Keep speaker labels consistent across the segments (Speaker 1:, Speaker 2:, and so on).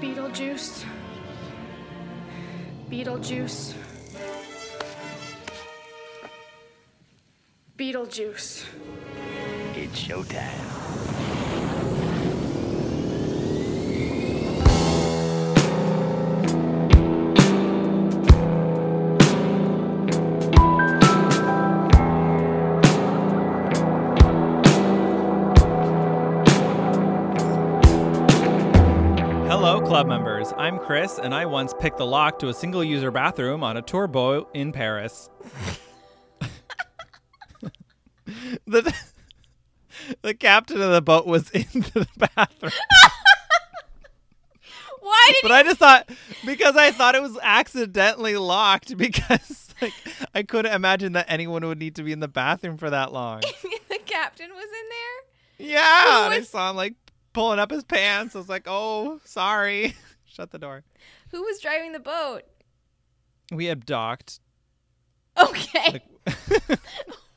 Speaker 1: Beetlejuice. Beetlejuice. Beetlejuice.
Speaker 2: It's showtime.
Speaker 3: Hello, club members. I'm Chris, and I once picked the lock to a single user bathroom on a tour boat in Paris. the, the captain of the boat was into the bathroom.
Speaker 4: Why did
Speaker 3: But I just thought, because I thought it was accidentally locked, because like, I couldn't imagine that anyone would need to be in the bathroom for that long.
Speaker 4: you, the captain was in there?
Speaker 3: Yeah. and I
Speaker 4: was-
Speaker 3: saw him like pulling up his pants. I was like, oh, sorry. Shut the door.
Speaker 4: Who was driving the boat?
Speaker 3: We abduct
Speaker 4: Okay.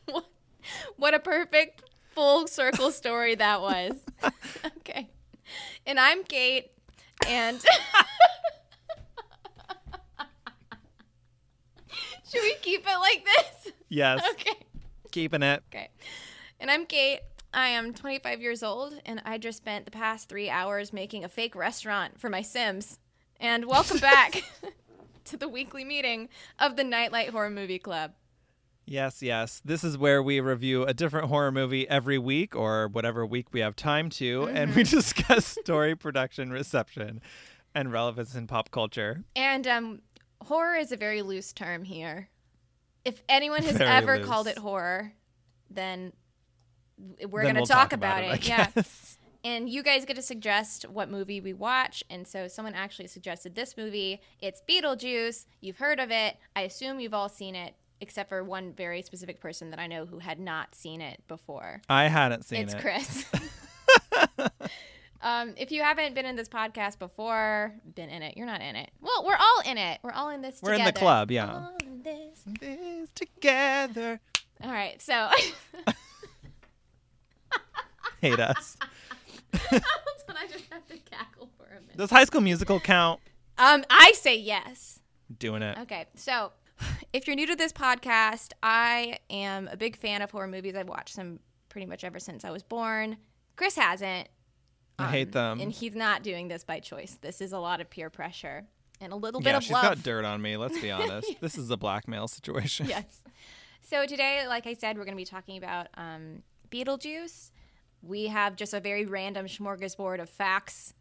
Speaker 4: what, what a perfect full circle story that was. okay. And I'm Kate, and. Should we keep it like this?
Speaker 3: Yes.
Speaker 4: Okay.
Speaker 3: Keeping it.
Speaker 4: Okay. And I'm Kate. I am 25 years old, and I just spent the past three hours making a fake restaurant for my Sims. And welcome back to the weekly meeting of the Nightlight Horror Movie Club.
Speaker 3: Yes, yes. This is where we review a different horror movie every week or whatever week we have time to, and
Speaker 4: Mm-hmm.
Speaker 3: we discuss story, production, reception, and relevance in pop culture.
Speaker 4: And um, horror is a very loose term here. If anyone has
Speaker 3: Very
Speaker 4: ever
Speaker 3: loose.
Speaker 4: called it horror, then w- we're
Speaker 3: Then
Speaker 4: going to
Speaker 3: we'll
Speaker 4: talk, about,
Speaker 3: I
Speaker 4: it. Yeah.
Speaker 3: guess.
Speaker 4: and you guys get to suggest what movie we watch. And so someone actually suggested this movie. It's Beetlejuice. You've heard of it. I assume you've all seen it, except for one very specific person that I know who had not seen it before.
Speaker 3: I hadn't seen
Speaker 4: it's
Speaker 3: it.
Speaker 4: Chris. um, if you haven't been in this podcast before, been in it, you're not in it. Well, we're all in it. We're all in this
Speaker 3: We're in
Speaker 4: together. Uh-huh.
Speaker 3: the club, Oh. yeah.
Speaker 4: All in this.
Speaker 3: This together.
Speaker 4: All right. So
Speaker 3: Hate us.
Speaker 4: Hold on, I just have to cackle for a minute.
Speaker 3: Does High School Musical count?
Speaker 4: Um, I say yes.
Speaker 3: Doing it.
Speaker 4: Okay, so if you're new to this podcast, I am a big fan of horror movies. I've watched them pretty much ever since I was born. Chris hasn't,
Speaker 3: I
Speaker 4: Um,
Speaker 3: hate them.
Speaker 4: and he's not doing this by choice. This is a lot of peer pressure and a little bit
Speaker 3: yeah,
Speaker 4: of
Speaker 3: she's
Speaker 4: love.
Speaker 3: got dirt on me. Let's be honest. This is a blackmail situation.
Speaker 4: yes. So today, like I said, we're going to be talking about um, Beetlejuice. We have just a very random smorgasbord of facts.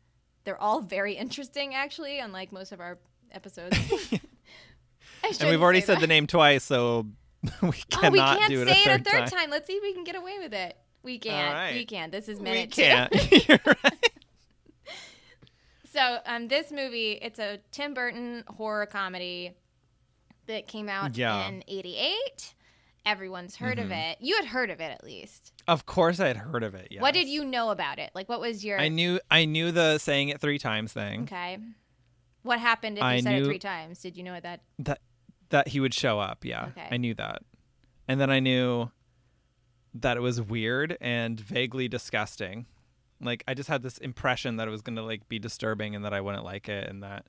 Speaker 4: They're all very interesting, actually, unlike most of our episodes.
Speaker 3: And we've already said the name twice, so we cannot
Speaker 4: oh, we can't
Speaker 3: do it
Speaker 4: say
Speaker 3: a third,
Speaker 4: it a third
Speaker 3: time.
Speaker 4: time. Let's see if we can get away with it. We can't.
Speaker 3: right.
Speaker 4: We can't. This is
Speaker 3: We
Speaker 4: minute two.
Speaker 3: can't. You're right.
Speaker 4: So, um, this movie it's a Tim Burton horror comedy that came out
Speaker 3: Yeah. Mm-hmm.
Speaker 4: in '88. Everyone's heard of it. You had heard of it at least.
Speaker 3: Of course, I had heard of it. Yeah.
Speaker 4: What did you know about it? Like, what was your
Speaker 3: I knew. I knew the saying it three times thing.
Speaker 4: okay? What happened if you
Speaker 3: I
Speaker 4: said it
Speaker 3: knew-
Speaker 4: three times? Did you know what that?
Speaker 3: That that he would show up. Yeah,
Speaker 4: Okay.
Speaker 3: I knew that, and then I knew that it was weird and vaguely disgusting. Like I just had this impression that it was gonna like be disturbing and that I wouldn't like it and that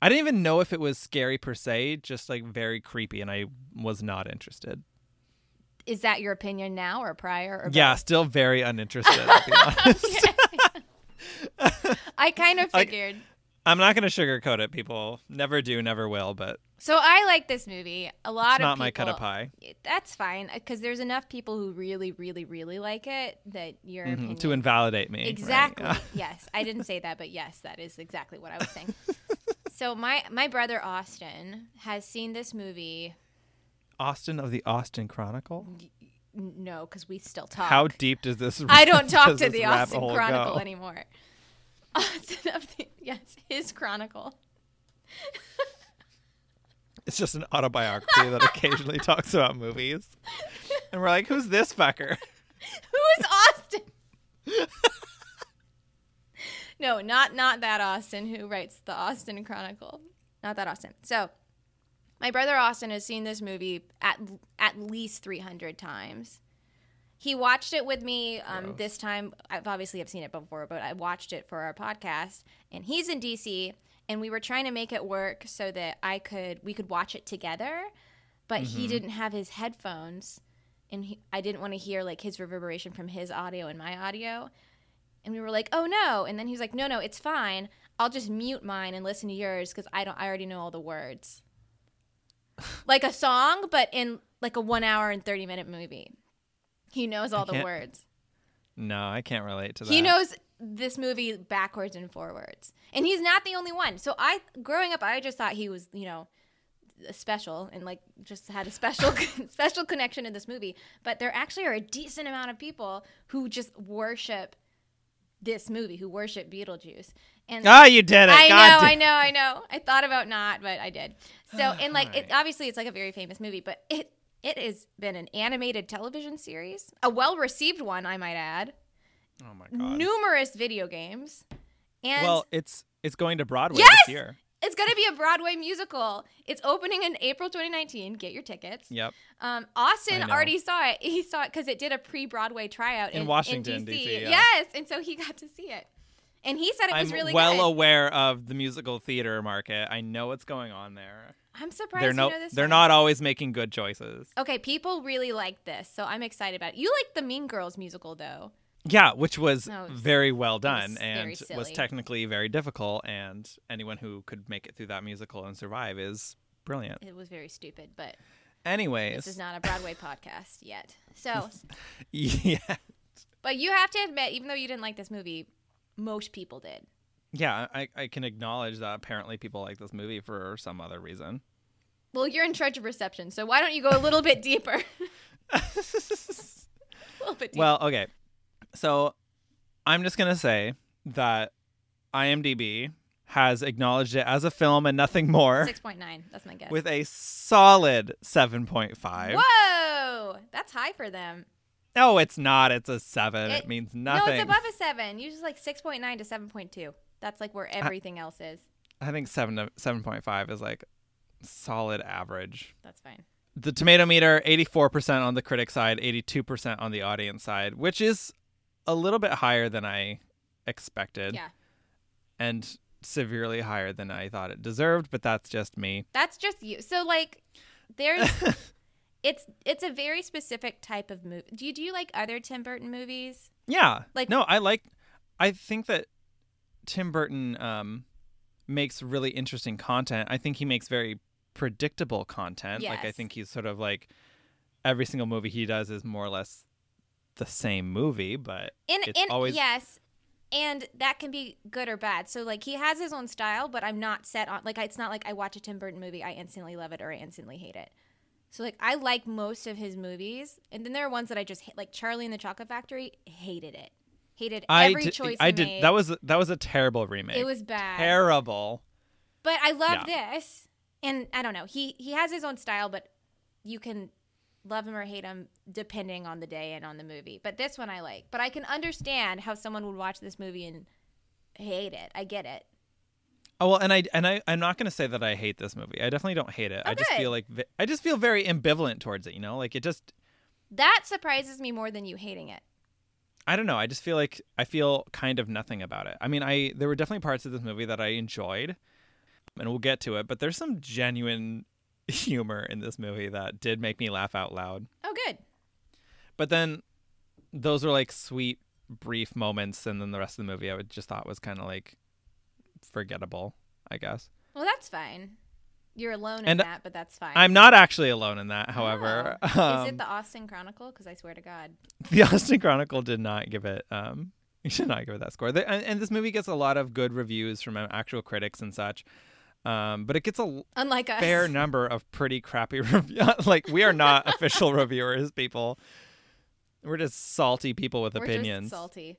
Speaker 3: I didn't even know if it was scary per se, just like very creepy, and I was not interested.
Speaker 4: Is that your opinion now or prior? Or
Speaker 3: Yeah, still very uninterested. I'll be honest.
Speaker 4: I kind of
Speaker 3: Like-
Speaker 4: figured.
Speaker 3: I'm not gonna sugarcoat it, people. Never do, never will. But
Speaker 4: so I like this movie. A lot
Speaker 3: it's
Speaker 4: of
Speaker 3: not my cut of
Speaker 4: people-
Speaker 3: pie.
Speaker 4: that's fine because there's enough people who really, really, really like it that your opinion
Speaker 3: Mm-hmm, to invalidate me. right,
Speaker 4: exactly
Speaker 3: yeah.
Speaker 4: yes. I didn't say that, but yes, that is exactly what I was saying. so my my brother Austin has seen this movie.
Speaker 3: Austin of the Austin Chronicle.
Speaker 4: N- No, because we still talk.
Speaker 3: How deep does this?
Speaker 4: I don't talk
Speaker 3: does
Speaker 4: to
Speaker 3: this
Speaker 4: the
Speaker 3: rabbit
Speaker 4: Austin
Speaker 3: hole
Speaker 4: Chronicle
Speaker 3: go?
Speaker 4: anymore. Austin of the yes, his Chronicle.
Speaker 3: It's just an autobiography that occasionally talks about movies, and we're like, "Who's this fucker?"
Speaker 4: Who is Austin? no, not not that Austin who writes the Austin Chronicle. Not that Austin. So, my brother Austin has seen this movie at at least 300 times. He watched it with me um, this time. I've obviously I've seen it before, but I watched it for our podcast, and he's in DC, and we were trying to make it work so that I could we could watch it together, but he didn't have his headphones, and he, I didn't want to hear like his reverberation from his audio and my audio, and we were like, oh no, and then he was like, no no, it's fine. I'll just mute mine and listen to yours because I don't I already know all the words, like a song, but in like a one hour and thirty minute movie. He knows all the
Speaker 3: can't-
Speaker 4: words.
Speaker 3: No, I can't relate to that.
Speaker 4: He knows this movie backwards and forwards. And he's not the only one. So I growing up I just thought he was, you know, special and like just had a special special connection to this movie, but there actually are a decent amount of people who just worship this movie, who worship Beetlejuice. And
Speaker 3: Ah, you did it.
Speaker 4: I
Speaker 3: God
Speaker 4: know,
Speaker 3: damn-
Speaker 4: I know, I know. I thought about not, but I did. So, and like, it, obviously, it's like a very famous movie, but it it has been an animated television series, a well received one, I might add.
Speaker 3: Oh my god.
Speaker 4: Numerous video games, and
Speaker 3: well, it's it's going to Broadway
Speaker 4: Yes!
Speaker 3: this year.
Speaker 4: it's going to be a Broadway musical. It's opening in April 2019. Get your tickets.
Speaker 3: Yep.
Speaker 4: Um,
Speaker 3: I
Speaker 4: Austin
Speaker 3: know.
Speaker 4: already saw it. He saw it because it did a pre-Broadway tryout
Speaker 3: In
Speaker 4: in,
Speaker 3: Washington,
Speaker 4: DC.
Speaker 3: DC, yeah.
Speaker 4: Yes, and so he got to see it, and he said it was
Speaker 3: I'm
Speaker 4: really
Speaker 3: well
Speaker 4: good.
Speaker 3: aware of the musical theater market. I know what's going on there.
Speaker 4: I'm surprised
Speaker 3: they're
Speaker 4: you
Speaker 3: no,
Speaker 4: know this.
Speaker 3: they're
Speaker 4: one.
Speaker 3: not always making good choices.
Speaker 4: Okay, people really like this, so I'm excited about it. You like the Mean Girls musical, though.
Speaker 3: Yeah, which was
Speaker 4: No, it was-
Speaker 3: very well done
Speaker 4: very
Speaker 3: and was
Speaker 4: silly.
Speaker 3: technically very difficult. And anyone who could make it through that musical and survive is brilliant.
Speaker 4: It was very stupid, but
Speaker 3: Anyways,
Speaker 4: this is not a Broadway podcast yet. So,
Speaker 3: yeah,
Speaker 4: but you have to admit, even though you didn't like this movie, most people did.
Speaker 3: yeah, I, I can acknowledge that apparently people like this movie for some other reason.
Speaker 4: Well, you're in charge of reception, so why don't you go a little bit deeper? a little bit deeper.
Speaker 3: Well, okay. So I'm just going to say that IMDb has acknowledged it as a film and nothing more
Speaker 4: Six point nine. That's my guess.
Speaker 3: with a solid 7.5.
Speaker 4: Whoa, that's high for them.
Speaker 3: No, it's not. It's a 7. It,
Speaker 4: It-
Speaker 3: means nothing.
Speaker 4: No, it's above a seven. Usually like six point nine to seven point two. That's like where everything else is.
Speaker 3: I think 7 to 7.5 is like solid average.
Speaker 4: That's fine.
Speaker 3: The tomato meter 84% on the critic side, 82% on the audience side, which is a little bit higher than I expected
Speaker 4: Yeah.
Speaker 3: and severely higher than I thought it deserved, but that's just me.
Speaker 4: That's just you. So like there's it's it's a very specific type of movie. Do you do you like other Tim Burton movies?
Speaker 3: Yeah.
Speaker 4: Like-
Speaker 3: no, I like. I think that Tim Burton um, makes really interesting content. I think he makes very predictable content. Like I
Speaker 4: Yes.
Speaker 3: think he's sort of like every single movie he does is more or less the same movie, but
Speaker 4: In
Speaker 3: it's
Speaker 4: in
Speaker 3: always
Speaker 4: yes. And that can be good or bad. So like he has his own style, but I'm not set on like it's not like I watch a Tim Burton movie, I instantly love it or I instantly hate it. So like I like most of his movies, and then there are ones that I just hate, like Charlie and the Chocolate Factory. Hated it, hated
Speaker 3: I
Speaker 4: every
Speaker 3: did,
Speaker 4: choice.
Speaker 3: I
Speaker 4: he
Speaker 3: did.
Speaker 4: made.
Speaker 3: That was that was a terrible remake.
Speaker 4: it was bad.
Speaker 3: terrible.
Speaker 4: But I love this, and I don't know. He he has his own style, but you can love him or hate him depending on the day and on the movie. But this one I like. But I can understand how someone would watch this movie and hate it. I get it.
Speaker 3: Oh well, and I and I I'm not gonna say that I hate this movie. I definitely don't hate it. I just
Speaker 4: Oh, good.
Speaker 3: feel like vi- I just feel very ambivalent towards it. You know, like it just
Speaker 4: That surprises me more than you hating it.
Speaker 3: I don't know. I just feel like I feel kind of nothing about it. I mean, I there were definitely parts of this movie that I enjoyed, and we'll get to it. But there's some genuine humor in this movie that did make me laugh out loud.
Speaker 4: Oh, good.
Speaker 3: But then those were like sweet, brief moments, and then the rest of the movie I would just thought was kind of like forgettable. I guess
Speaker 4: Well, that's fine. You're alone in
Speaker 3: And
Speaker 4: that, but that's fine. Oh.
Speaker 3: I'm not actually alone in that. However,
Speaker 4: is
Speaker 3: um,
Speaker 4: it the Austin Chronicle? Because I swear to God,
Speaker 3: the Austin Chronicle did not give it um should not give it that score. They, and, and this movie gets a lot of good reviews from um, actual critics and such. Um, but it gets a l-
Speaker 4: unlike us,
Speaker 3: fair number of pretty crappy reviews. like we are not official reviewers, people. We're just salty people with
Speaker 4: we're
Speaker 3: opinions.
Speaker 4: just salty.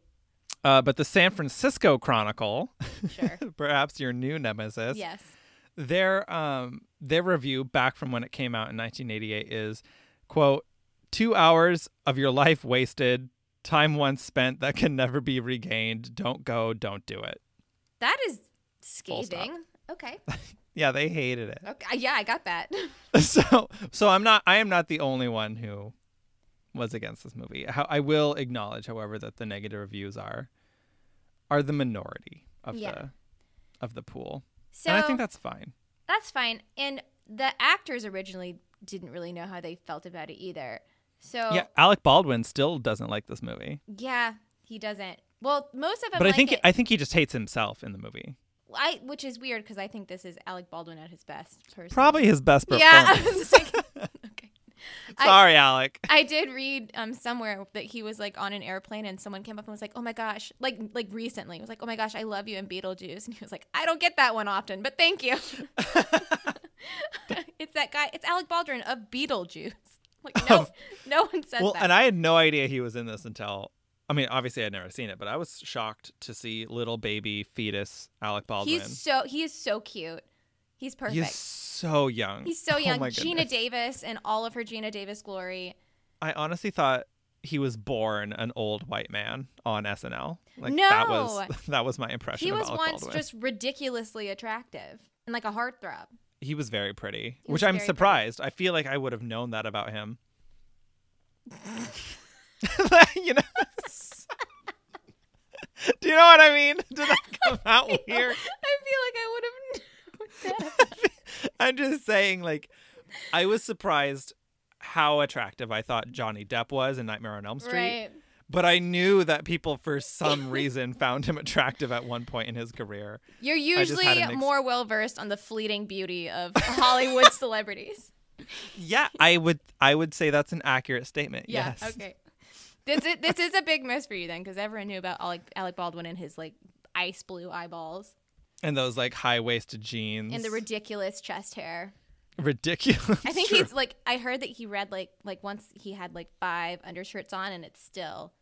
Speaker 3: uh, but the San Francisco Chronicle,
Speaker 4: Sure.
Speaker 3: perhaps your new nemesis,
Speaker 4: yes.
Speaker 3: their um their review back from when it came out in 1988 is quote two hours of your life wasted time once spent that can never be regained don't go don't do it
Speaker 4: That is
Speaker 3: Full stop.
Speaker 4: scathing. Okay.
Speaker 3: yeah they hated it
Speaker 4: okay. Yeah, I got that.
Speaker 3: so so i'm not i am not the only one who was against this movie. How, I will acknowledge, however, that the negative reviews are are the minority of
Speaker 4: Yeah.
Speaker 3: the of the pool,
Speaker 4: So
Speaker 3: and I think that's fine.
Speaker 4: That's fine. And the actors originally didn't really know how they felt about it either. So
Speaker 3: Yeah, Alec Baldwin still doesn't like this movie,
Speaker 4: yeah, he doesn't. Well, most of them.
Speaker 3: but I
Speaker 4: like
Speaker 3: think
Speaker 4: it.
Speaker 3: I think he just hates himself in the movie.
Speaker 4: I, which is weird because I think this is Alec Baldwin at his best. Personally.
Speaker 3: Probably his best
Speaker 4: Yeah.
Speaker 3: performance.
Speaker 4: I was like, okay. I-
Speaker 3: Sorry, Alec.
Speaker 4: I did read um somewhere that he was like on an airplane and someone came up and was like, "Oh my gosh!" Like like recently, He was like, "Oh my gosh, I love you" in Beetlejuice, and he was like, "I don't get that one often, but thank you." it's that guy. It's Alec Baldwin of Beetlejuice. Like no,
Speaker 3: Of-
Speaker 4: no one says
Speaker 3: Well,
Speaker 4: that.
Speaker 3: and I had no idea he was in this until. I mean, obviously, I'd never seen it, but I was shocked to see little baby fetus Alec Baldwin.
Speaker 4: He's so he is so cute. He's perfect.
Speaker 3: He's so young.
Speaker 4: He's so
Speaker 3: Oh
Speaker 4: young.
Speaker 3: my
Speaker 4: Gina
Speaker 3: goodness.
Speaker 4: Davis and all of her Gina Davis glory.
Speaker 3: I honestly thought he was born an old white man on SNL. Like
Speaker 4: No!
Speaker 3: that was that was my impression.
Speaker 4: He
Speaker 3: of
Speaker 4: was
Speaker 3: Alec
Speaker 4: once
Speaker 3: Baldwin.
Speaker 4: just ridiculously attractive and like a heartthrob.
Speaker 3: he was very pretty,
Speaker 4: He
Speaker 3: which
Speaker 4: was
Speaker 3: I'm
Speaker 4: very
Speaker 3: surprised. I feel like I would have known that about him. you know. Do you know what I mean? Did that come out weird?
Speaker 4: I feel like I would have known that.
Speaker 3: I'm just saying, like, I was surprised how attractive I thought Johnny Depp was in Nightmare on Elm Street.
Speaker 4: Right.
Speaker 3: But I knew that people, for some reason, found him attractive at one point in his career.
Speaker 4: You're
Speaker 3: just
Speaker 4: usually
Speaker 3: had an ex-
Speaker 4: more well versed on the fleeting beauty of Hollywood celebrities.
Speaker 3: Yeah, I would, I would say that's an accurate statement.
Speaker 4: Yeah.
Speaker 3: yes.
Speaker 4: Okay. This is, this is a big miss for you then, because everyone knew about Alec, Alec Baldwin and his like ice blue eyeballs
Speaker 3: And those like high waisted jeans
Speaker 4: and the ridiculous chest hair.
Speaker 3: ridiculous.
Speaker 4: I think
Speaker 3: true.
Speaker 4: he's like I heard that he read like like once he had like five undershirts on and it's still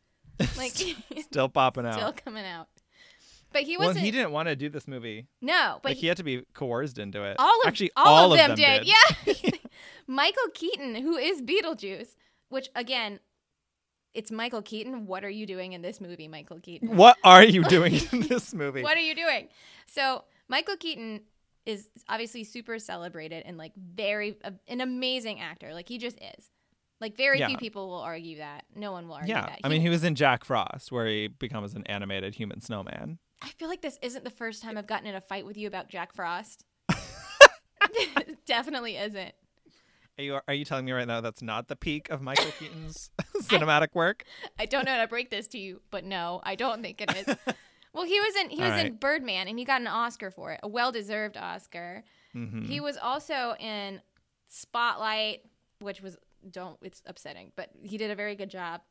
Speaker 4: like still
Speaker 3: still popping out.
Speaker 4: coming out. But he
Speaker 3: well,
Speaker 4: wasn't
Speaker 3: and he didn't want to do this movie.
Speaker 4: no, but
Speaker 3: like he,
Speaker 4: he,
Speaker 3: had to be coerced into it.
Speaker 4: all of
Speaker 3: actually
Speaker 4: all, of, them,
Speaker 3: did.
Speaker 4: did. Yeah. Michael Keaton, who is Beetlejuice, which again, it's Michael Keaton. What are you doing in this movie, Michael Keaton?
Speaker 3: What are you doing in this movie?
Speaker 4: What are you doing? So Michael Keaton is obviously super celebrated and like very uh, an amazing actor. Like he just is. Like very
Speaker 3: Yeah.
Speaker 4: few people will argue that. No one will argue
Speaker 3: Yeah,
Speaker 4: that.
Speaker 3: I mean, he was in Jack Frost, where he becomes an animated human snowman.
Speaker 4: I feel like this isn't the first time I've gotten in a fight with you about Jack Frost. Definitely isn't.
Speaker 3: Are you are you telling me right now that's not the peak of Michael Keaton's cinematic work?
Speaker 4: I don't know how to break this to you, but no, I don't think it is. well, he was in he
Speaker 3: All
Speaker 4: was in
Speaker 3: right.
Speaker 4: Birdman, and he got an Oscar for it, a well deserved Oscar.
Speaker 3: Mhm.
Speaker 4: He was also in Spotlight, which was don't it's upsetting, but he did a very good job.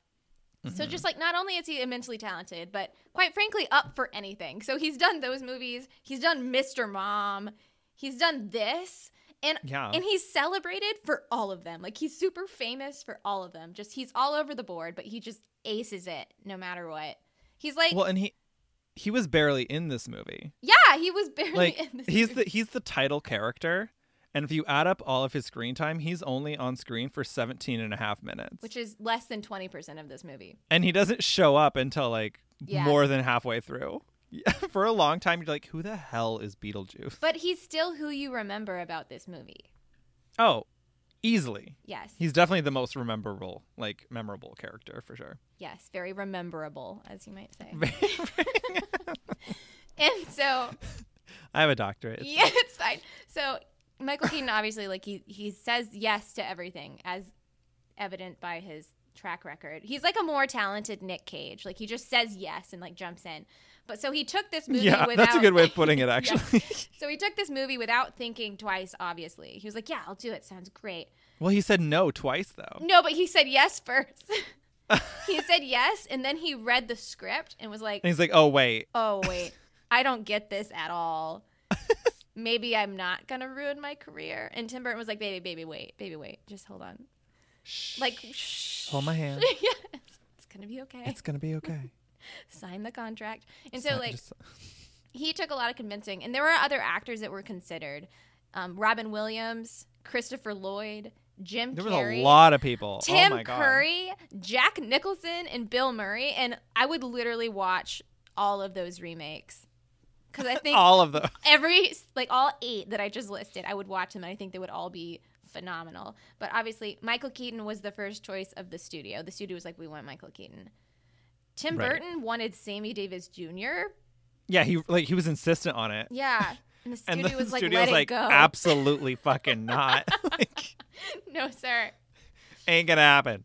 Speaker 4: So
Speaker 3: Mm.
Speaker 4: just like not only is he immensely talented, but quite frankly up for anything. So he's done those movies, he's done Mr. Mom, he's done this and
Speaker 3: Yeah.
Speaker 4: and he's celebrated for all of them. Like he's super famous for all of them. Just he's all over the board, but he just aces it no matter what. He's like
Speaker 3: Well, and he he was barely in this movie.
Speaker 4: yeah, he was barely
Speaker 3: Like
Speaker 4: in this
Speaker 3: he's
Speaker 4: movie.
Speaker 3: the he's the title character, and if you add up all of his screen time, he's only on screen for 17 and a half minutes.
Speaker 4: which is less than 20% of this movie.
Speaker 3: and he doesn't show up until like
Speaker 4: Yeah.
Speaker 3: more than halfway through. For a long time, you're like, who the hell is Beetlejuice?
Speaker 4: But he's still who you remember about this movie.
Speaker 3: Oh, easily.
Speaker 4: Yes.
Speaker 3: He's definitely the most rememberable, like memorable character for sure.
Speaker 4: yes. Very rememberable, as you might say. and so,
Speaker 3: I have a doctorate. It's-
Speaker 4: yeah, it's fine. So, Michael Keaton obviously, like, he, he says yes to everything, as evident by his track record. He's like a more talented Nick Cage. Like, he just says yes and, like, jumps in. But so he took this movie
Speaker 3: Yeah,
Speaker 4: without.
Speaker 3: that's a good way of putting it, actually.
Speaker 4: So he took this movie without thinking twice, obviously. He was like, yeah, I'll do it. Sounds great.
Speaker 3: Well, he said no twice though.
Speaker 4: No, but he said yes first. he said yes, and then he read the script and was like,
Speaker 3: And he's like, "Oh wait,
Speaker 4: "Oh wait, I don't get this at all. Maybe I'm not gonna ruin my career." And Tim Burton was like, "Baby, baby, wait, baby, wait, just hold on.
Speaker 3: shh,
Speaker 4: Like, shh,
Speaker 3: hold my hand.
Speaker 4: yes, it's gonna be okay.
Speaker 3: It's gonna be okay."
Speaker 4: Sign the contract." And
Speaker 3: It's
Speaker 4: so,
Speaker 3: not
Speaker 4: like,
Speaker 3: just-
Speaker 4: he took a lot of convincing, and there were other actors that were considered: um, Robin Williams, Christopher Lloyd, Jim
Speaker 3: there was
Speaker 4: Carrey.
Speaker 3: a lot of people.
Speaker 4: Tim
Speaker 3: oh my God.
Speaker 4: Curry, Jack Nicholson, and Bill Murray, and I would literally watch all of those remakes because I think
Speaker 3: all of them.
Speaker 4: every like all eight that I just listed, I would watch them, and I think they would all be phenomenal. But obviously, Michael Keaton was the first choice of the studio. The studio was like, we want Michael Keaton. Tim
Speaker 3: Right.
Speaker 4: Burton wanted Sammy Davis Jr.
Speaker 3: Yeah, he like he was insistent on it.
Speaker 4: Yeah. And the
Speaker 3: And the
Speaker 4: studio was like,
Speaker 3: studio's
Speaker 4: let
Speaker 3: like,
Speaker 4: it go.
Speaker 3: absolutely fucking not. like,
Speaker 4: no, sir.
Speaker 3: ain't gonna happen.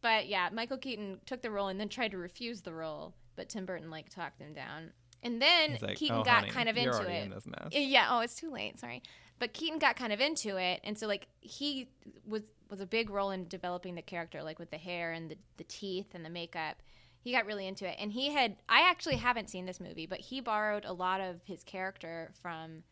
Speaker 4: But yeah, Michael Keaton took the role and then tried to refuse the role, but Tim Burton like talked him down. And then
Speaker 3: He's like,
Speaker 4: Keaton
Speaker 3: "Oh,
Speaker 4: got
Speaker 3: honey,
Speaker 4: kind of
Speaker 3: you're
Speaker 4: into
Speaker 3: already
Speaker 4: it.
Speaker 3: In this mess.
Speaker 4: Uh, Yeah. Oh, it's too late. Sorry. But Keaton got kind of into it, and so like he was was a big role in developing the character, like with the hair and the, the teeth and the makeup. He got really into it, and he had. I actually haven't seen this movie, but he borrowed a lot of his character from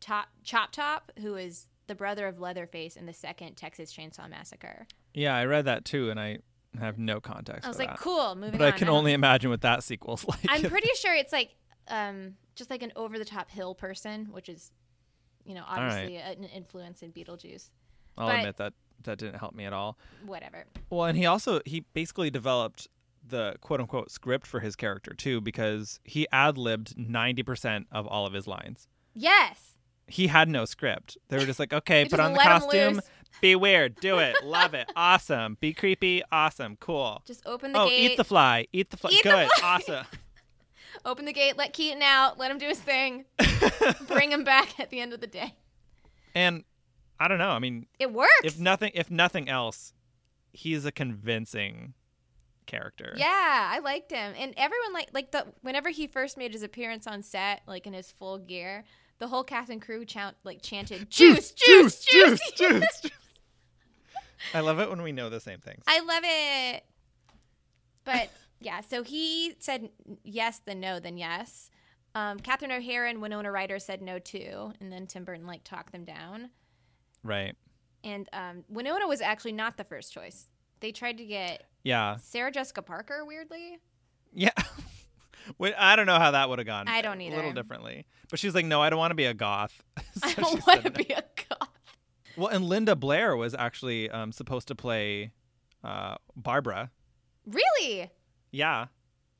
Speaker 4: Top Chop Top, who is the brother of Leatherface in the second Texas Chainsaw Massacre.
Speaker 3: Yeah, I read that too, and I have no context.
Speaker 4: I was
Speaker 3: for
Speaker 4: like,
Speaker 3: that.
Speaker 4: cool, moving
Speaker 3: but
Speaker 4: on.
Speaker 3: I can
Speaker 4: don't-
Speaker 3: only imagine what that sequel's like.
Speaker 4: I'm pretty sure it's like um, just like an over the top hill person, which is, you know,
Speaker 3: right.
Speaker 4: obviously an influence in Beetlejuice.
Speaker 3: I'll
Speaker 4: but-
Speaker 3: admit that that didn't help me at all.
Speaker 4: Whatever.
Speaker 3: Well, and he also he basically developed the quote unquote script for his character too, because he ad libbed ninety percent of all of his lines.
Speaker 4: Yes.
Speaker 3: He had no script. They were just like, okay,
Speaker 4: They
Speaker 3: put
Speaker 4: just
Speaker 3: on the
Speaker 4: let him
Speaker 3: costume,
Speaker 4: loose.
Speaker 3: be weird, do it, love it, awesome, be creepy, awesome, cool.
Speaker 4: Just open the
Speaker 3: Oh,
Speaker 4: gate.
Speaker 3: eat the fly, eat the fly,
Speaker 4: Eat the
Speaker 3: good,
Speaker 4: fly.
Speaker 3: awesome.
Speaker 4: open the gate. Let Keaton out. Let him do his thing. Bring him back at the end of the day.
Speaker 3: And I don't know. I mean,
Speaker 4: It works.
Speaker 3: if nothing, if nothing else, he's a convincing character.
Speaker 4: yeah, I liked him, and everyone like like the whenever he first made his appearance on set, like in his full gear, the whole cast and crew chant like chanted juice, juice, juice.
Speaker 3: juice, juice. I love it when we know the same things.
Speaker 4: I love it. But yeah, so he said yes, then no, then yes. Um, Catherine O'Hara and Winona Ryder said no too, and then Tim Burton like talked them down.
Speaker 3: Right.
Speaker 4: And um, Winona was actually not the first choice. They tried to get
Speaker 3: Yeah.
Speaker 4: Sarah Jessica Parker. Weirdly,
Speaker 3: Yeah. Wait, I don't know how that would have gone.
Speaker 4: I don't
Speaker 3: A little
Speaker 4: either.
Speaker 3: differently. But she's like, no, I don't want to be a goth. So
Speaker 4: I
Speaker 3: she
Speaker 4: don't
Speaker 3: said
Speaker 4: want to
Speaker 3: no.
Speaker 4: be a cop.
Speaker 3: Well, and Linda Blair was actually um, supposed to play uh, Barbara.
Speaker 4: Really
Speaker 3: Yeah.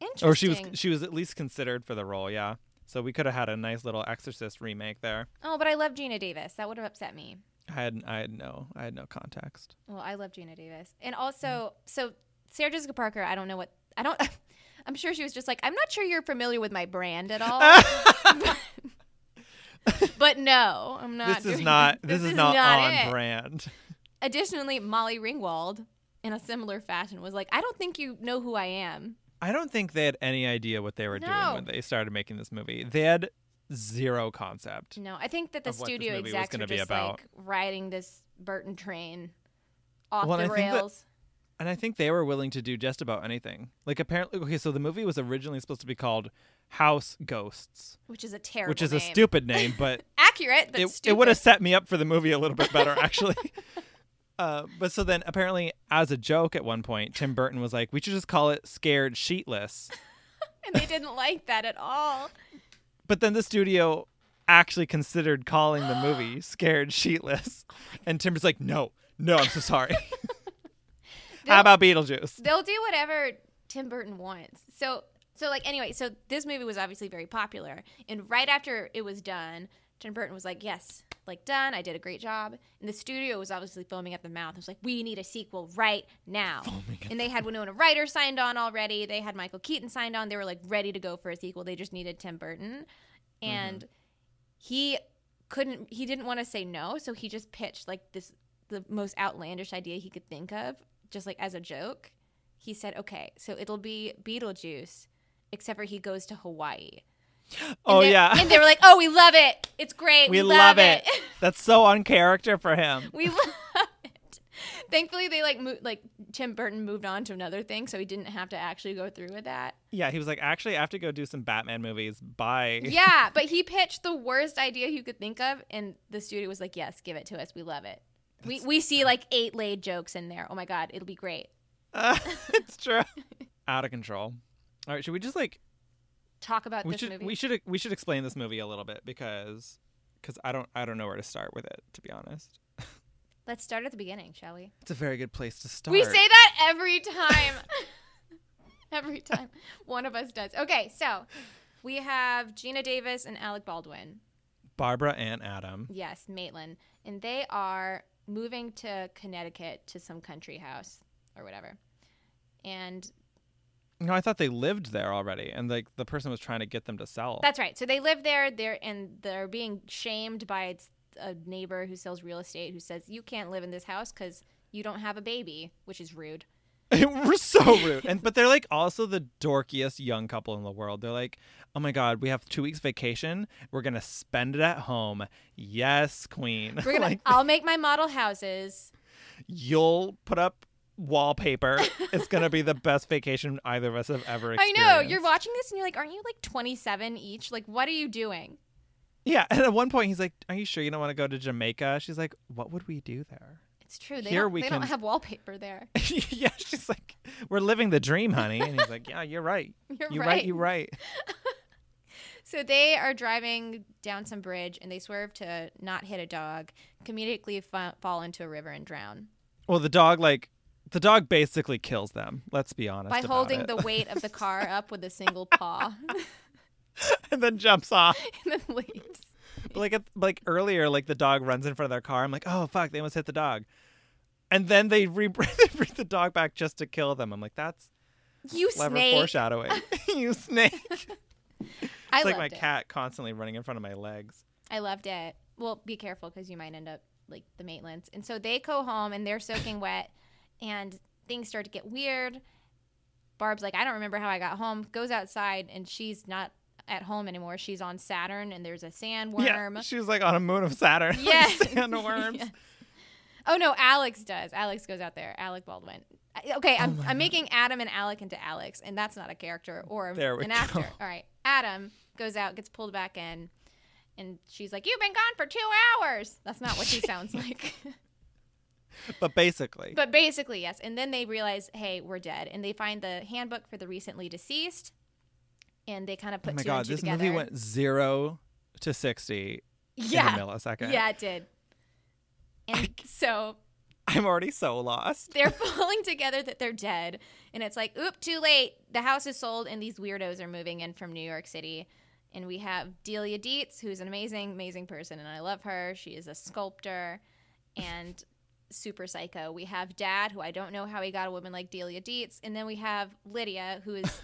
Speaker 4: interesting.
Speaker 3: Or she was she was at least considered for the role. Yeah. So we could have had a nice little Exorcist remake there.
Speaker 4: oh, but I love Gina Davis. That would have upset me.
Speaker 3: I had I had no I had no context.
Speaker 4: Well, I love Gina Davis. And
Speaker 3: Mm.
Speaker 4: also, so Sarah Jessica Parker, I don't know what, I don't, I'm sure she was just like, I'm not sure you're familiar with my brand at all. but no, I'm not.
Speaker 3: this is
Speaker 4: doing-
Speaker 3: not this, is, not, on
Speaker 4: it.
Speaker 3: brand.
Speaker 4: Additionally, Molly Ringwald, in a similar fashion, was like, I don't think you know who I am.
Speaker 3: I don't think they had any idea what they were
Speaker 4: No.
Speaker 3: doing when they started making this movie. They had zero concept.
Speaker 4: No, I think that the
Speaker 3: Of what this
Speaker 4: studio
Speaker 3: movie was
Speaker 4: execs
Speaker 3: gonna
Speaker 4: were
Speaker 3: be
Speaker 4: just
Speaker 3: about.
Speaker 4: like riding this Burton train off
Speaker 3: Well,
Speaker 4: the
Speaker 3: and I think that-
Speaker 4: rails.
Speaker 3: And I think they were willing to do just about anything. Like apparently okay, so the movie was originally supposed to be called House Ghosts,
Speaker 4: Which is a terrible
Speaker 3: which is a
Speaker 4: name.
Speaker 3: stupid name, but
Speaker 4: accurate, but
Speaker 3: it,
Speaker 4: stupid.
Speaker 3: it would have set me up for the movie a little bit better actually. Uh, but so then apparently as a joke at one point tim burton was like we should just call it scared sheetless
Speaker 4: and they didn't like that at all.
Speaker 3: but then the studio actually considered calling the movie Scared Sheetless. and Timber's like, no, no, I'm so sorry. How about Beetlejuice?
Speaker 4: they'll do whatever Tim Burton wants. So so like anyway, so this movie was obviously very popular, and right after it was done, Tim Burton was like, "Yes, like done. I did a great job." And the studio was obviously foaming at the mouth. It was like, "We need a sequel right now." And they had Winona Ryder signed on already. They had Michael Keaton signed on. They were like ready to go for a sequel. They just needed Tim Burton,
Speaker 3: Mm-hmm.
Speaker 4: and he couldn't. He didn't want to say no, so he just pitched like this the most outlandish idea he could think of, just like as a joke he said, okay, so it'll be Beetlejuice, except for he goes to Hawaii. And
Speaker 3: Oh,
Speaker 4: they-
Speaker 3: yeah.
Speaker 4: And they were like, oh, we love it. It's great.
Speaker 3: we love it. That's so on character for him.
Speaker 4: we love it. Thankfully, they like mo- like Tim Burton moved on to another thing, so he didn't have to actually go through with that.
Speaker 3: Yeah, he was like, actually, I have to go do some Batman movies. Bye.
Speaker 4: Yeah, but he pitched the worst idea he could think of, and the studio was like, yes, give it to us. We love it. We, we see like eight laid jokes in there. Oh my God, it'll be great.
Speaker 3: Uh, it's true. Out of control. All right, should we just like
Speaker 4: Talk about
Speaker 3: we
Speaker 4: this
Speaker 3: should
Speaker 4: movie.
Speaker 3: we should we should explain this movie a little bit because because I don't I don't know where to start with it to be honest.
Speaker 4: Let's start at the beginning, shall we?
Speaker 3: It's a very good place to start.
Speaker 4: We say that every time. every time. One of us does. Okay, so we have Gina Davis and Alec Baldwin.
Speaker 3: Barbara and Adam.
Speaker 4: Yes, Maitland. And they are moving to Connecticut to some country house or whatever. And
Speaker 3: No, I thought they lived there already, and like the person was trying to get them to sell.
Speaker 4: that's right. So they live there. They're and they're being shamed by its, a neighbor who sells real estate who says you can't live in this house because you don't have a baby, which is rude.
Speaker 3: We're so rude. And but they're like also the dorkiest young couple in the world. They're like, "Oh my god, we have 2 weeks vacation. We're going to spend it at home." Yes, queen.
Speaker 4: We're gonna.
Speaker 3: like
Speaker 4: I'll make my model houses.
Speaker 3: you'll put up wallpaper. it's going to be the best vacation either of us have ever experienced.
Speaker 4: I know you're watching this and you're like, aren't you like 27 each? Like, what are you doing?
Speaker 3: Yeah, and at one point he's like, "Are you sure you don't want to go to Jamaica?" She's like, "What would we do there?"
Speaker 4: It's true. They
Speaker 3: Here
Speaker 4: don't,
Speaker 3: we
Speaker 4: they don't
Speaker 3: can-
Speaker 4: have wallpaper there.
Speaker 3: yeah, she's like, "We're living the dream, honey." And he's like, "Yeah, you're right.
Speaker 4: You're
Speaker 3: you're
Speaker 4: right.
Speaker 3: right. You're right."
Speaker 4: So they are driving down some bridge and they swerve to not hit a dog, comedically fa- fall into a river and drown
Speaker 3: Well, the dog like the dog basically kills them. Let's be honest.
Speaker 4: by
Speaker 3: about
Speaker 4: holding
Speaker 3: it.
Speaker 4: the weight of the car up with a single paw
Speaker 3: and then jumps off.
Speaker 4: and then leaves.
Speaker 3: But like at, like earlier, like the dog runs in front of their car. I'm like, oh fuck, they almost hit the dog. And then they re- they bring the dog back just to kill them. I'm like, that's
Speaker 4: You
Speaker 3: clever
Speaker 4: snake!
Speaker 3: foreshadowing. you snake. It's
Speaker 4: I
Speaker 3: like
Speaker 4: loved
Speaker 3: my
Speaker 4: it.
Speaker 3: cat constantly running in front of my legs.
Speaker 4: I loved it. Well, be careful because you might end up like the Maitlands. And so they go home and they're soaking wet, and things start to get weird. Barb's like, I don't remember how I got home. Goes outside and she's not at home anymore. She's on Saturn and there's a
Speaker 3: Yeah,
Speaker 4: sandworm.
Speaker 3: she was like on a moon of Saturn. Yeah,
Speaker 4: Yes.
Speaker 3: sandworms.
Speaker 4: Yes. Oh no, Alex does. Alex goes out there. Alec Baldwin. I- Okay,
Speaker 3: Oh
Speaker 4: I'm, I'm making Adam and Alec into Alex, and that's not a character or
Speaker 3: There we
Speaker 4: an actor.
Speaker 3: go.
Speaker 4: All right, Adam goes out, gets pulled back in, and she's like, "You've been gone for two hours." That's not what she sounds like,
Speaker 3: But basically,
Speaker 4: but basically yes. And then they realize, "Hey, we're dead," and they find the handbook for the recently deceased, and they kind of
Speaker 3: oh
Speaker 4: put two
Speaker 3: my god,
Speaker 4: and two
Speaker 3: this
Speaker 4: together.
Speaker 3: movie went zero to sixty in a
Speaker 4: yeah,
Speaker 3: millisecond.
Speaker 4: yeah, it did. And so
Speaker 3: I'm already so lost.
Speaker 4: they're pulling together that they're dead and it's like oop too late the house is sold and these weirdos are moving in from new york city and we have delia dietz who's an amazing amazing person and i love her she is a sculptor and super psycho we have dad who i don't know how he got a woman like delia dietz and then we have lydia who is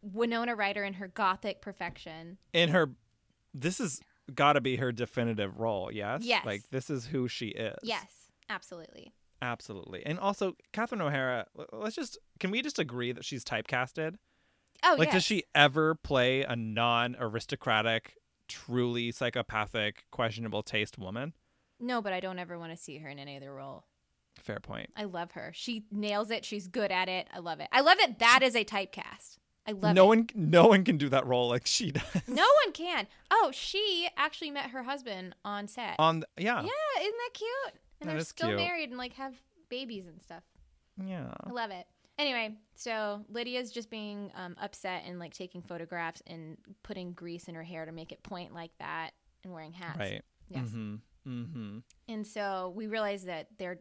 Speaker 4: winona ryder in her gothic perfection
Speaker 3: in her this is gotta be her definitive role yes
Speaker 4: Yes.
Speaker 3: like this is who she is
Speaker 4: yes absolutely
Speaker 3: absolutely and also catherine o'hara l- let's just can we just agree that she's typecasted
Speaker 4: oh
Speaker 3: like
Speaker 4: yes.
Speaker 3: does she ever play a non-aristocratic truly psychopathic questionable taste woman
Speaker 4: no but i don't ever want to see her in any other role
Speaker 3: fair point
Speaker 4: I love her. She nails it. She's good at it. I love it. I love that that is a typecast. I love
Speaker 3: no
Speaker 4: it.
Speaker 3: one no one can do that role like she does
Speaker 4: no one can. Oh, she actually met her husband on set.
Speaker 3: on yeah
Speaker 4: yeah, isn't that cute? And
Speaker 3: Oh, That
Speaker 4: they're
Speaker 3: is
Speaker 4: still
Speaker 3: cute.
Speaker 4: married and like have babies and stuff.
Speaker 3: yeah
Speaker 4: I love it. Anyway, so Lydia's just being um, upset and like taking photographs and putting grease in her hair to make it point like that and wearing hats.
Speaker 3: right
Speaker 4: Yes.
Speaker 3: mm-hmm mm-hmm
Speaker 4: And so we realize that they're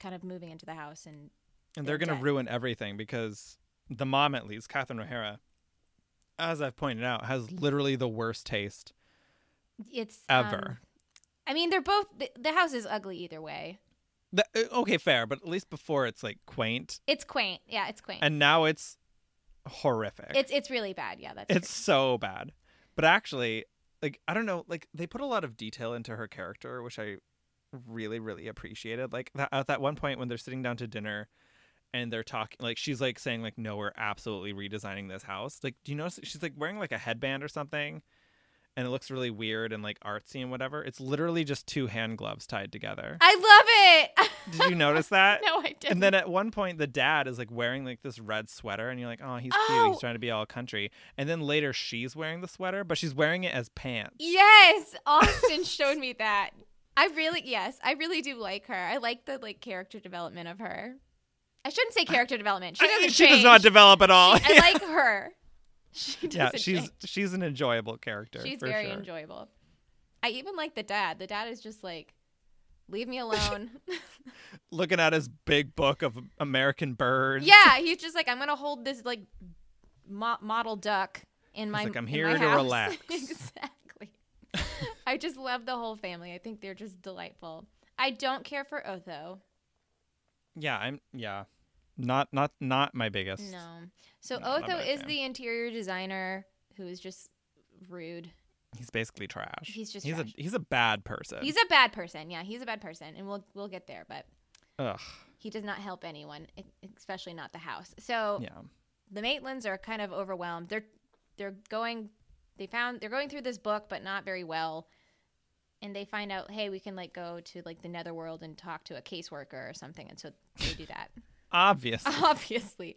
Speaker 4: kind of moving into the house and
Speaker 3: and they're
Speaker 4: They're
Speaker 3: going to
Speaker 4: dead.
Speaker 3: ruin everything because the mom at least catherine o'hara as i've pointed out has literally the worst taste
Speaker 4: it's um,
Speaker 3: ever
Speaker 4: I mean, they're both. The, the house is ugly either way.
Speaker 3: The- uh, okay fair but at least before it's like quaint
Speaker 4: It's quaint. Yeah, it's quaint.
Speaker 3: and now it's horrific
Speaker 4: it's it's really bad. Yeah, that's
Speaker 3: it's so bad but actually like i don't know like they put a lot of detail into her character which i really really appreciated like that, at that one point when they're sitting down to dinner and they're talking like she's like saying like no we're absolutely redesigning this house like do you notice she's like wearing like a headband or something and it looks really weird and like artsy and whatever it's literally just two hand gloves tied together
Speaker 4: true. I love it.
Speaker 3: did you notice that
Speaker 4: no, I didn't.
Speaker 3: and then at one point, the dad is like wearing like this red sweater, and you're like, oh, he's cute.
Speaker 4: Oh.
Speaker 3: He's trying to be all country. And then later, she's wearing the sweater, but she's wearing it as pants.
Speaker 4: yes, Austin showed me that. I really yes, I really do like her. I like the like character development of her. I shouldn't say character development. She
Speaker 3: I-
Speaker 4: doesn't.
Speaker 3: does not
Speaker 4: change.
Speaker 3: develop at all.
Speaker 4: I like her. She doesn't.
Speaker 3: yeah, she's
Speaker 4: change.
Speaker 3: she's an enjoyable character.
Speaker 4: she's
Speaker 3: for
Speaker 4: very
Speaker 3: sure.
Speaker 4: enjoyable. I even like the dad. The dad is just like, leave me alone.
Speaker 3: Looking at his big book of American birds.
Speaker 4: Yeah, he's just like, I'm gonna hold this like mo- model duck in my.
Speaker 3: like, "I'm
Speaker 4: in
Speaker 3: here
Speaker 4: my
Speaker 3: to
Speaker 4: house."
Speaker 3: relax.
Speaker 4: exactly. I just love the whole family. I think they're just delightful. I don't care for Otho.
Speaker 3: Yeah, I'm yeah. Not not not my biggest.
Speaker 4: No. So
Speaker 3: No, I'm not
Speaker 4: Otho
Speaker 3: a
Speaker 4: is
Speaker 3: fan.
Speaker 4: the interior designer who is just rude.
Speaker 3: He's basically trash.
Speaker 4: He's just
Speaker 3: He's
Speaker 4: trash.
Speaker 3: a he's a bad person.
Speaker 4: He's a bad person. Yeah, he's a bad person, and we'll we'll get there. But
Speaker 3: Ugh.
Speaker 4: he does not help anyone, e- especially not the house. So
Speaker 3: Yeah.
Speaker 4: the Maitlands are kind of overwhelmed. They're they're going they found they're going through this book but not very well. And they find out, hey, we can like go to like the netherworld and talk to a caseworker or something. And so they do that.
Speaker 3: Obviously.
Speaker 4: Obviously.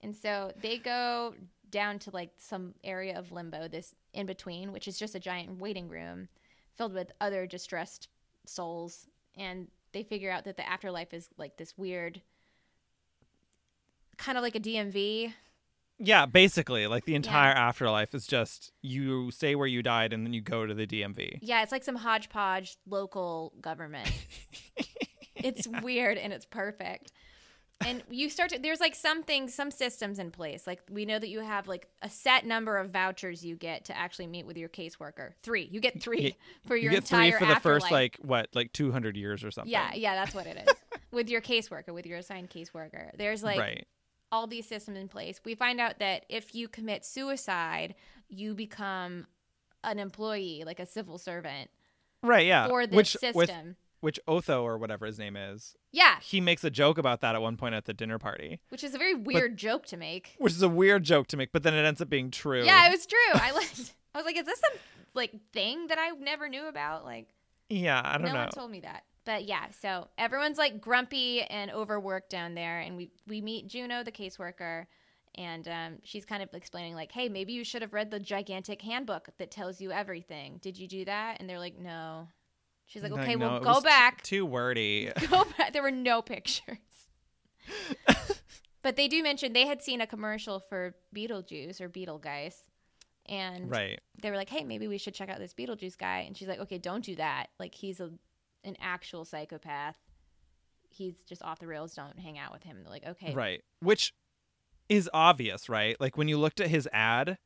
Speaker 4: And so they go down to like some area of limbo, this in between, which is just a giant waiting room filled with other distressed souls. And they figure out that the afterlife is like this weird kind of like a DMV
Speaker 3: Yeah, basically, like the entire afterlife is just you stay where you died and then you go to the DMV.
Speaker 4: Yeah, it's like some hodgepodge local government. it's weird and it's perfect. And you start to there's like some things, some systems in place. Like we know that you have like a set number of vouchers you get to actually meet with your caseworker. Three. You get three
Speaker 3: Yeah,
Speaker 4: for your
Speaker 3: you get three
Speaker 4: entire
Speaker 3: for the first
Speaker 4: afterlife.
Speaker 3: like what, like two hundred years or something.
Speaker 4: Yeah, yeah, that's what it is. with your caseworker, with your assigned caseworker. There's like
Speaker 3: right.
Speaker 4: all these systems in place. We find out that if you commit suicide, you become an employee, like a civil servant
Speaker 3: Right, yeah.
Speaker 4: for this
Speaker 3: Uh, which
Speaker 4: system.
Speaker 3: with which Otho or whatever his name is,
Speaker 4: Yeah,
Speaker 3: he makes a joke about that at one point at the dinner party.
Speaker 4: which is a very weird joke to make.
Speaker 3: Which is a weird joke to make, but then it ends up being true.
Speaker 4: Yeah, it was true. I was, I was like, is this some like thing that I never knew about? Like,
Speaker 3: Yeah, I
Speaker 4: no
Speaker 3: don't know.
Speaker 4: one told me that. But yeah, so everyone's like grumpy and overworked down there, and we we meet Juno, the caseworker, and um, she's kind of explaining like, hey, maybe you should have read the gigantic handbook that tells you everything. Did you do that? And they're like, no. She's like,
Speaker 3: Like,
Speaker 4: okay,
Speaker 3: no,
Speaker 4: well,
Speaker 3: it
Speaker 4: go
Speaker 3: was t-
Speaker 4: back.
Speaker 3: too wordy.
Speaker 4: go back. There were no pictures. but they do mention they had seen a commercial for Beetlejuice or Beetlegeist. And
Speaker 3: right.
Speaker 4: they were like, hey, maybe we should check out this Beetlejuice guy. And she's like, okay, don't do that. Like, he's a, an actual psychopath. He's just off the rails. Don't hang out with him. They're like, okay.
Speaker 3: Right. Which is obvious, right? Like when you looked at his ad,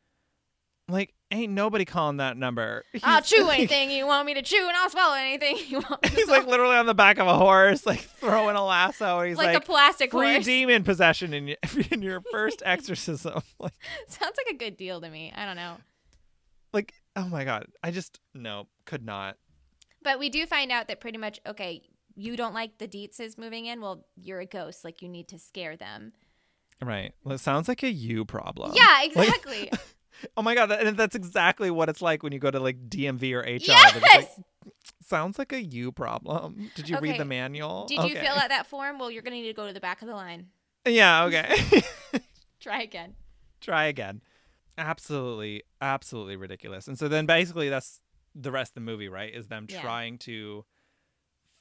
Speaker 3: like ain't nobody calling that number.
Speaker 4: I'll
Speaker 3: He's-
Speaker 4: chew anything you want me to chew, and I'll swallow anything you want. me to
Speaker 3: He's like
Speaker 4: swallow."
Speaker 3: literally on the back of a horse, like throwing a lasso. And he's
Speaker 4: like,
Speaker 3: like,
Speaker 4: a plastic
Speaker 3: free
Speaker 4: horse.
Speaker 3: demon possession in your, in your first exorcism. Like,
Speaker 4: Sounds like a good deal to me. I don't know.
Speaker 3: like, oh my god, I just no, could not.
Speaker 4: But we do find out that pretty much, okay, you don't like the Dietzes moving in. Well, you're a ghost. Like, you need to scare them.
Speaker 3: Right. Well, it sounds like a you problem.
Speaker 4: yeah,
Speaker 3: Like,
Speaker 4: exactly.
Speaker 3: oh my god, that, and that's exactly what it's like when you go to like DMV or HR. It's like,
Speaker 4: yes.
Speaker 3: sounds like a you problem. Did you
Speaker 4: Okay.
Speaker 3: read the manual?
Speaker 4: Did you
Speaker 3: Okay.
Speaker 4: fill out that form? Well, you're going to need to go to the back of the line.
Speaker 3: Yeah. Okay.
Speaker 4: Try again.
Speaker 3: Try again. Absolutely, absolutely ridiculous. And so then basically that's the rest of the movie, right? Is them
Speaker 4: Yeah.
Speaker 3: trying to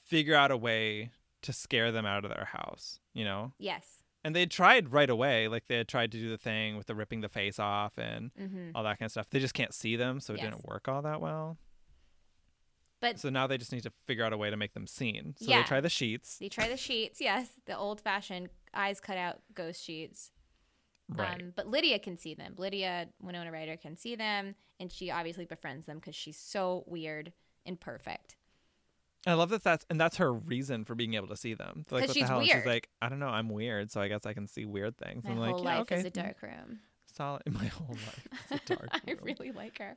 Speaker 3: figure out a way to scare them out of their house, you know?
Speaker 4: Yes.
Speaker 3: And they tried right away, like they had tried to do the thing with the ripping the face off and
Speaker 4: hmm
Speaker 3: all that kind of stuff. They just can't see them, so it
Speaker 4: Yes.
Speaker 3: didn't work all that well.
Speaker 4: But-
Speaker 3: so now they just need to figure out a way to make them seen. So
Speaker 4: Yeah.
Speaker 3: they try the sheets.
Speaker 4: They try the sheets. Yes, the old fashioned eyes cut out ghost sheets.
Speaker 3: Right.
Speaker 4: Um, but Lydia can see them. Lydia, Winona Ryder can see them, and she obviously befriends them because she's so weird and perfect.
Speaker 3: I love that that's and that's her reason for being able to see them. Like
Speaker 4: 'Cause
Speaker 3: what the
Speaker 4: she's
Speaker 3: hell? And
Speaker 4: weird.
Speaker 3: She's like, I don't know, I'm weird, so I guess I can see weird things.
Speaker 4: My
Speaker 3: I'm
Speaker 4: whole
Speaker 3: like, yeah,
Speaker 4: life
Speaker 3: okay.
Speaker 4: is a dark room.
Speaker 3: Solid. My whole life is a dark.
Speaker 4: I
Speaker 3: room.
Speaker 4: really like her.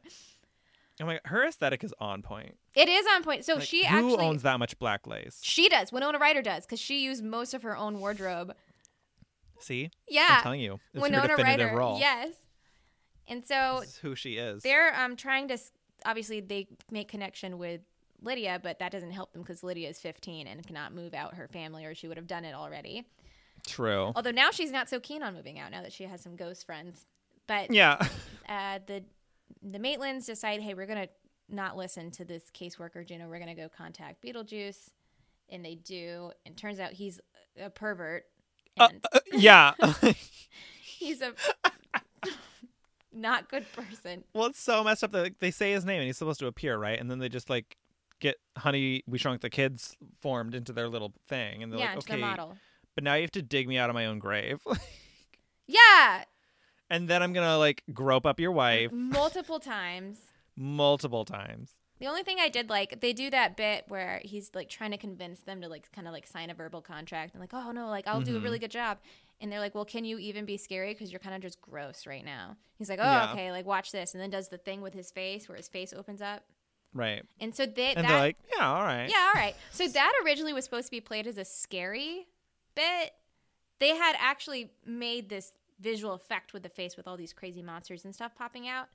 Speaker 3: I'm like, her aesthetic is on point.
Speaker 4: It is on point. So
Speaker 3: Like,
Speaker 4: she
Speaker 3: who
Speaker 4: actually
Speaker 3: owns that much black lace?
Speaker 4: she does. Winona Ryder does because she used most of her own wardrobe.
Speaker 3: See, I'm
Speaker 4: Yeah,
Speaker 3: telling you, it's her
Speaker 4: Winona
Speaker 3: definitive
Speaker 4: Ryder.
Speaker 3: role.
Speaker 4: Yes. And so
Speaker 3: This is who she is.
Speaker 4: they're um trying to s- obviously they make connection with Lydia, but that doesn't help them because Lydia is 15 and cannot move out her family, or she would have done it already.
Speaker 3: True.
Speaker 4: Although now she's not so keen on moving out now that she has some ghost friends. But
Speaker 3: Yeah.
Speaker 4: uh, the the Maitlands decide, hey, we're gonna not listen to this caseworker Juno. We're gonna go contact Beetlejuice, and they do. And turns out he's a pervert.
Speaker 3: Uh,
Speaker 4: And
Speaker 3: yeah.
Speaker 4: he's a not good person.
Speaker 3: well, it's so messed up that like, they say his name and he's supposed to appear, right? And then they just like get Honey, We Shrunk the Kids formed into their little thing, and they're
Speaker 4: yeah,
Speaker 3: like,
Speaker 4: into
Speaker 3: okay,
Speaker 4: the model.
Speaker 3: but now you have to dig me out of my own grave,
Speaker 4: Yeah,
Speaker 3: and then I'm gonna like grope up your wife
Speaker 4: multiple times.
Speaker 3: multiple times.
Speaker 4: The only thing I did like, they do that bit where he's like trying to convince them to like kind of like sign a verbal contract and like, oh no, like I'll do a
Speaker 3: Mm-hmm.
Speaker 4: really good job. And they're like, well, can you even be scary? Because you're kind of just gross right now. He's like, oh,
Speaker 3: Yeah.
Speaker 4: okay, like watch this. And then does the thing with his face where his face opens up.
Speaker 3: Right.
Speaker 4: And so they,
Speaker 3: And
Speaker 4: that,
Speaker 3: they're like, "Eh." yeah, all right.
Speaker 4: yeah, all right. So that originally was supposed to be played as a scary bit. They had actually made this visual effect with the face with all these crazy monsters and stuff popping out.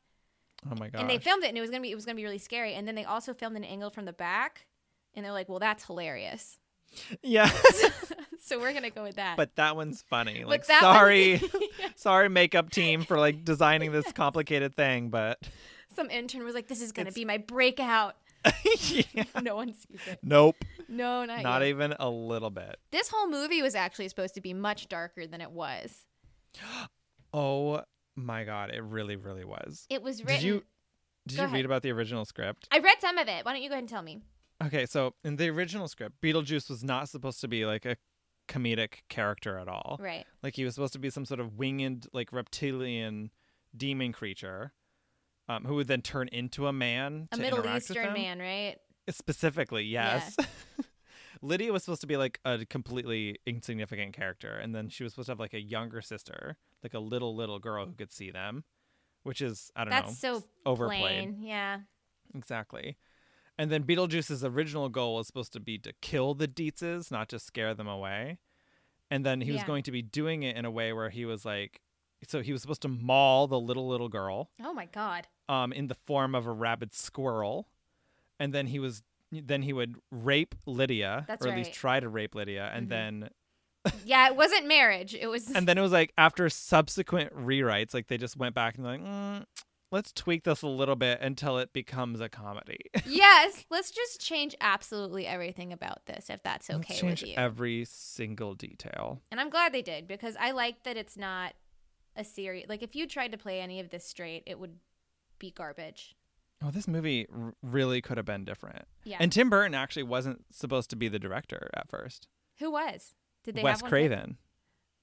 Speaker 3: Oh my gosh.
Speaker 4: And they filmed it and it was gonna be it was gonna be really scary. And then they also filmed an angle from the back and they're like, Well that's hilarious.
Speaker 3: yeah.
Speaker 4: So we're gonna go with that.
Speaker 3: but that one's funny. Like,
Speaker 4: that one's-
Speaker 3: sorry, sorry, makeup team for like designing this complicated thing, but
Speaker 4: some intern was like, This is gonna be my breakout.
Speaker 3: Yeah.
Speaker 4: No one sees it.
Speaker 3: nope,
Speaker 4: No, not,
Speaker 3: not
Speaker 4: yet.
Speaker 3: even a little bit.
Speaker 4: This whole movie was actually supposed to be much darker than it was.
Speaker 3: Oh my god, it really, really was.
Speaker 4: It was written
Speaker 3: Did you did
Speaker 4: Go
Speaker 3: you
Speaker 4: ahead.
Speaker 3: read about the original script?
Speaker 4: I read some of it. Why don't you go ahead and tell me?
Speaker 3: Okay, so in the original script, Beetlejuice was not supposed to be like a comedic character at all.
Speaker 4: Right.
Speaker 3: Like he was supposed to be some sort of winged, like reptilian demon creature, um, who would then turn into a man.
Speaker 4: A
Speaker 3: to
Speaker 4: Middle
Speaker 3: interact with
Speaker 4: Eastern
Speaker 3: them.
Speaker 4: man, right?
Speaker 3: Specifically,
Speaker 4: Yeah.
Speaker 3: yes. Lydia was supposed to be like a completely insignificant character, and then she was supposed to have like a younger sister, like a little little girl who could see them, which is I don't know.
Speaker 4: That's so
Speaker 3: s- overplayed.
Speaker 4: plain. Yeah.
Speaker 3: Exactly. And then Beetlejuice's original goal was supposed to be to kill the Dietzes, not just scare them away. And then he was
Speaker 4: Yeah.
Speaker 3: going to be doing it in a way where he was like, so he was supposed to maul the little little girl
Speaker 4: Oh my god.
Speaker 3: um, in the form of a rabid squirrel, and then he was then he would rape Lydia,
Speaker 4: That's
Speaker 3: or at least
Speaker 4: right. Mm-hmm.
Speaker 3: try to rape Lydia, and then
Speaker 4: Yeah, it wasn't marriage. It was
Speaker 3: and then it was like after subsequent rewrites, like they just went back and like, mm, let's tweak this a little bit until it becomes a comedy.
Speaker 4: Yes, let's just change absolutely everything about this if that's
Speaker 3: Let's
Speaker 4: okay
Speaker 3: change
Speaker 4: with you.
Speaker 3: every single detail.
Speaker 4: and I'm glad they did because I like that it's not a series. Like if you tried to play any of this straight, it would be garbage.
Speaker 3: Oh, this movie r- really could have been different.
Speaker 4: Yeah.
Speaker 3: And Tim Burton actually wasn't supposed to be the director at first.
Speaker 4: Who was? Did they
Speaker 3: Wes
Speaker 4: have one?
Speaker 3: Craven.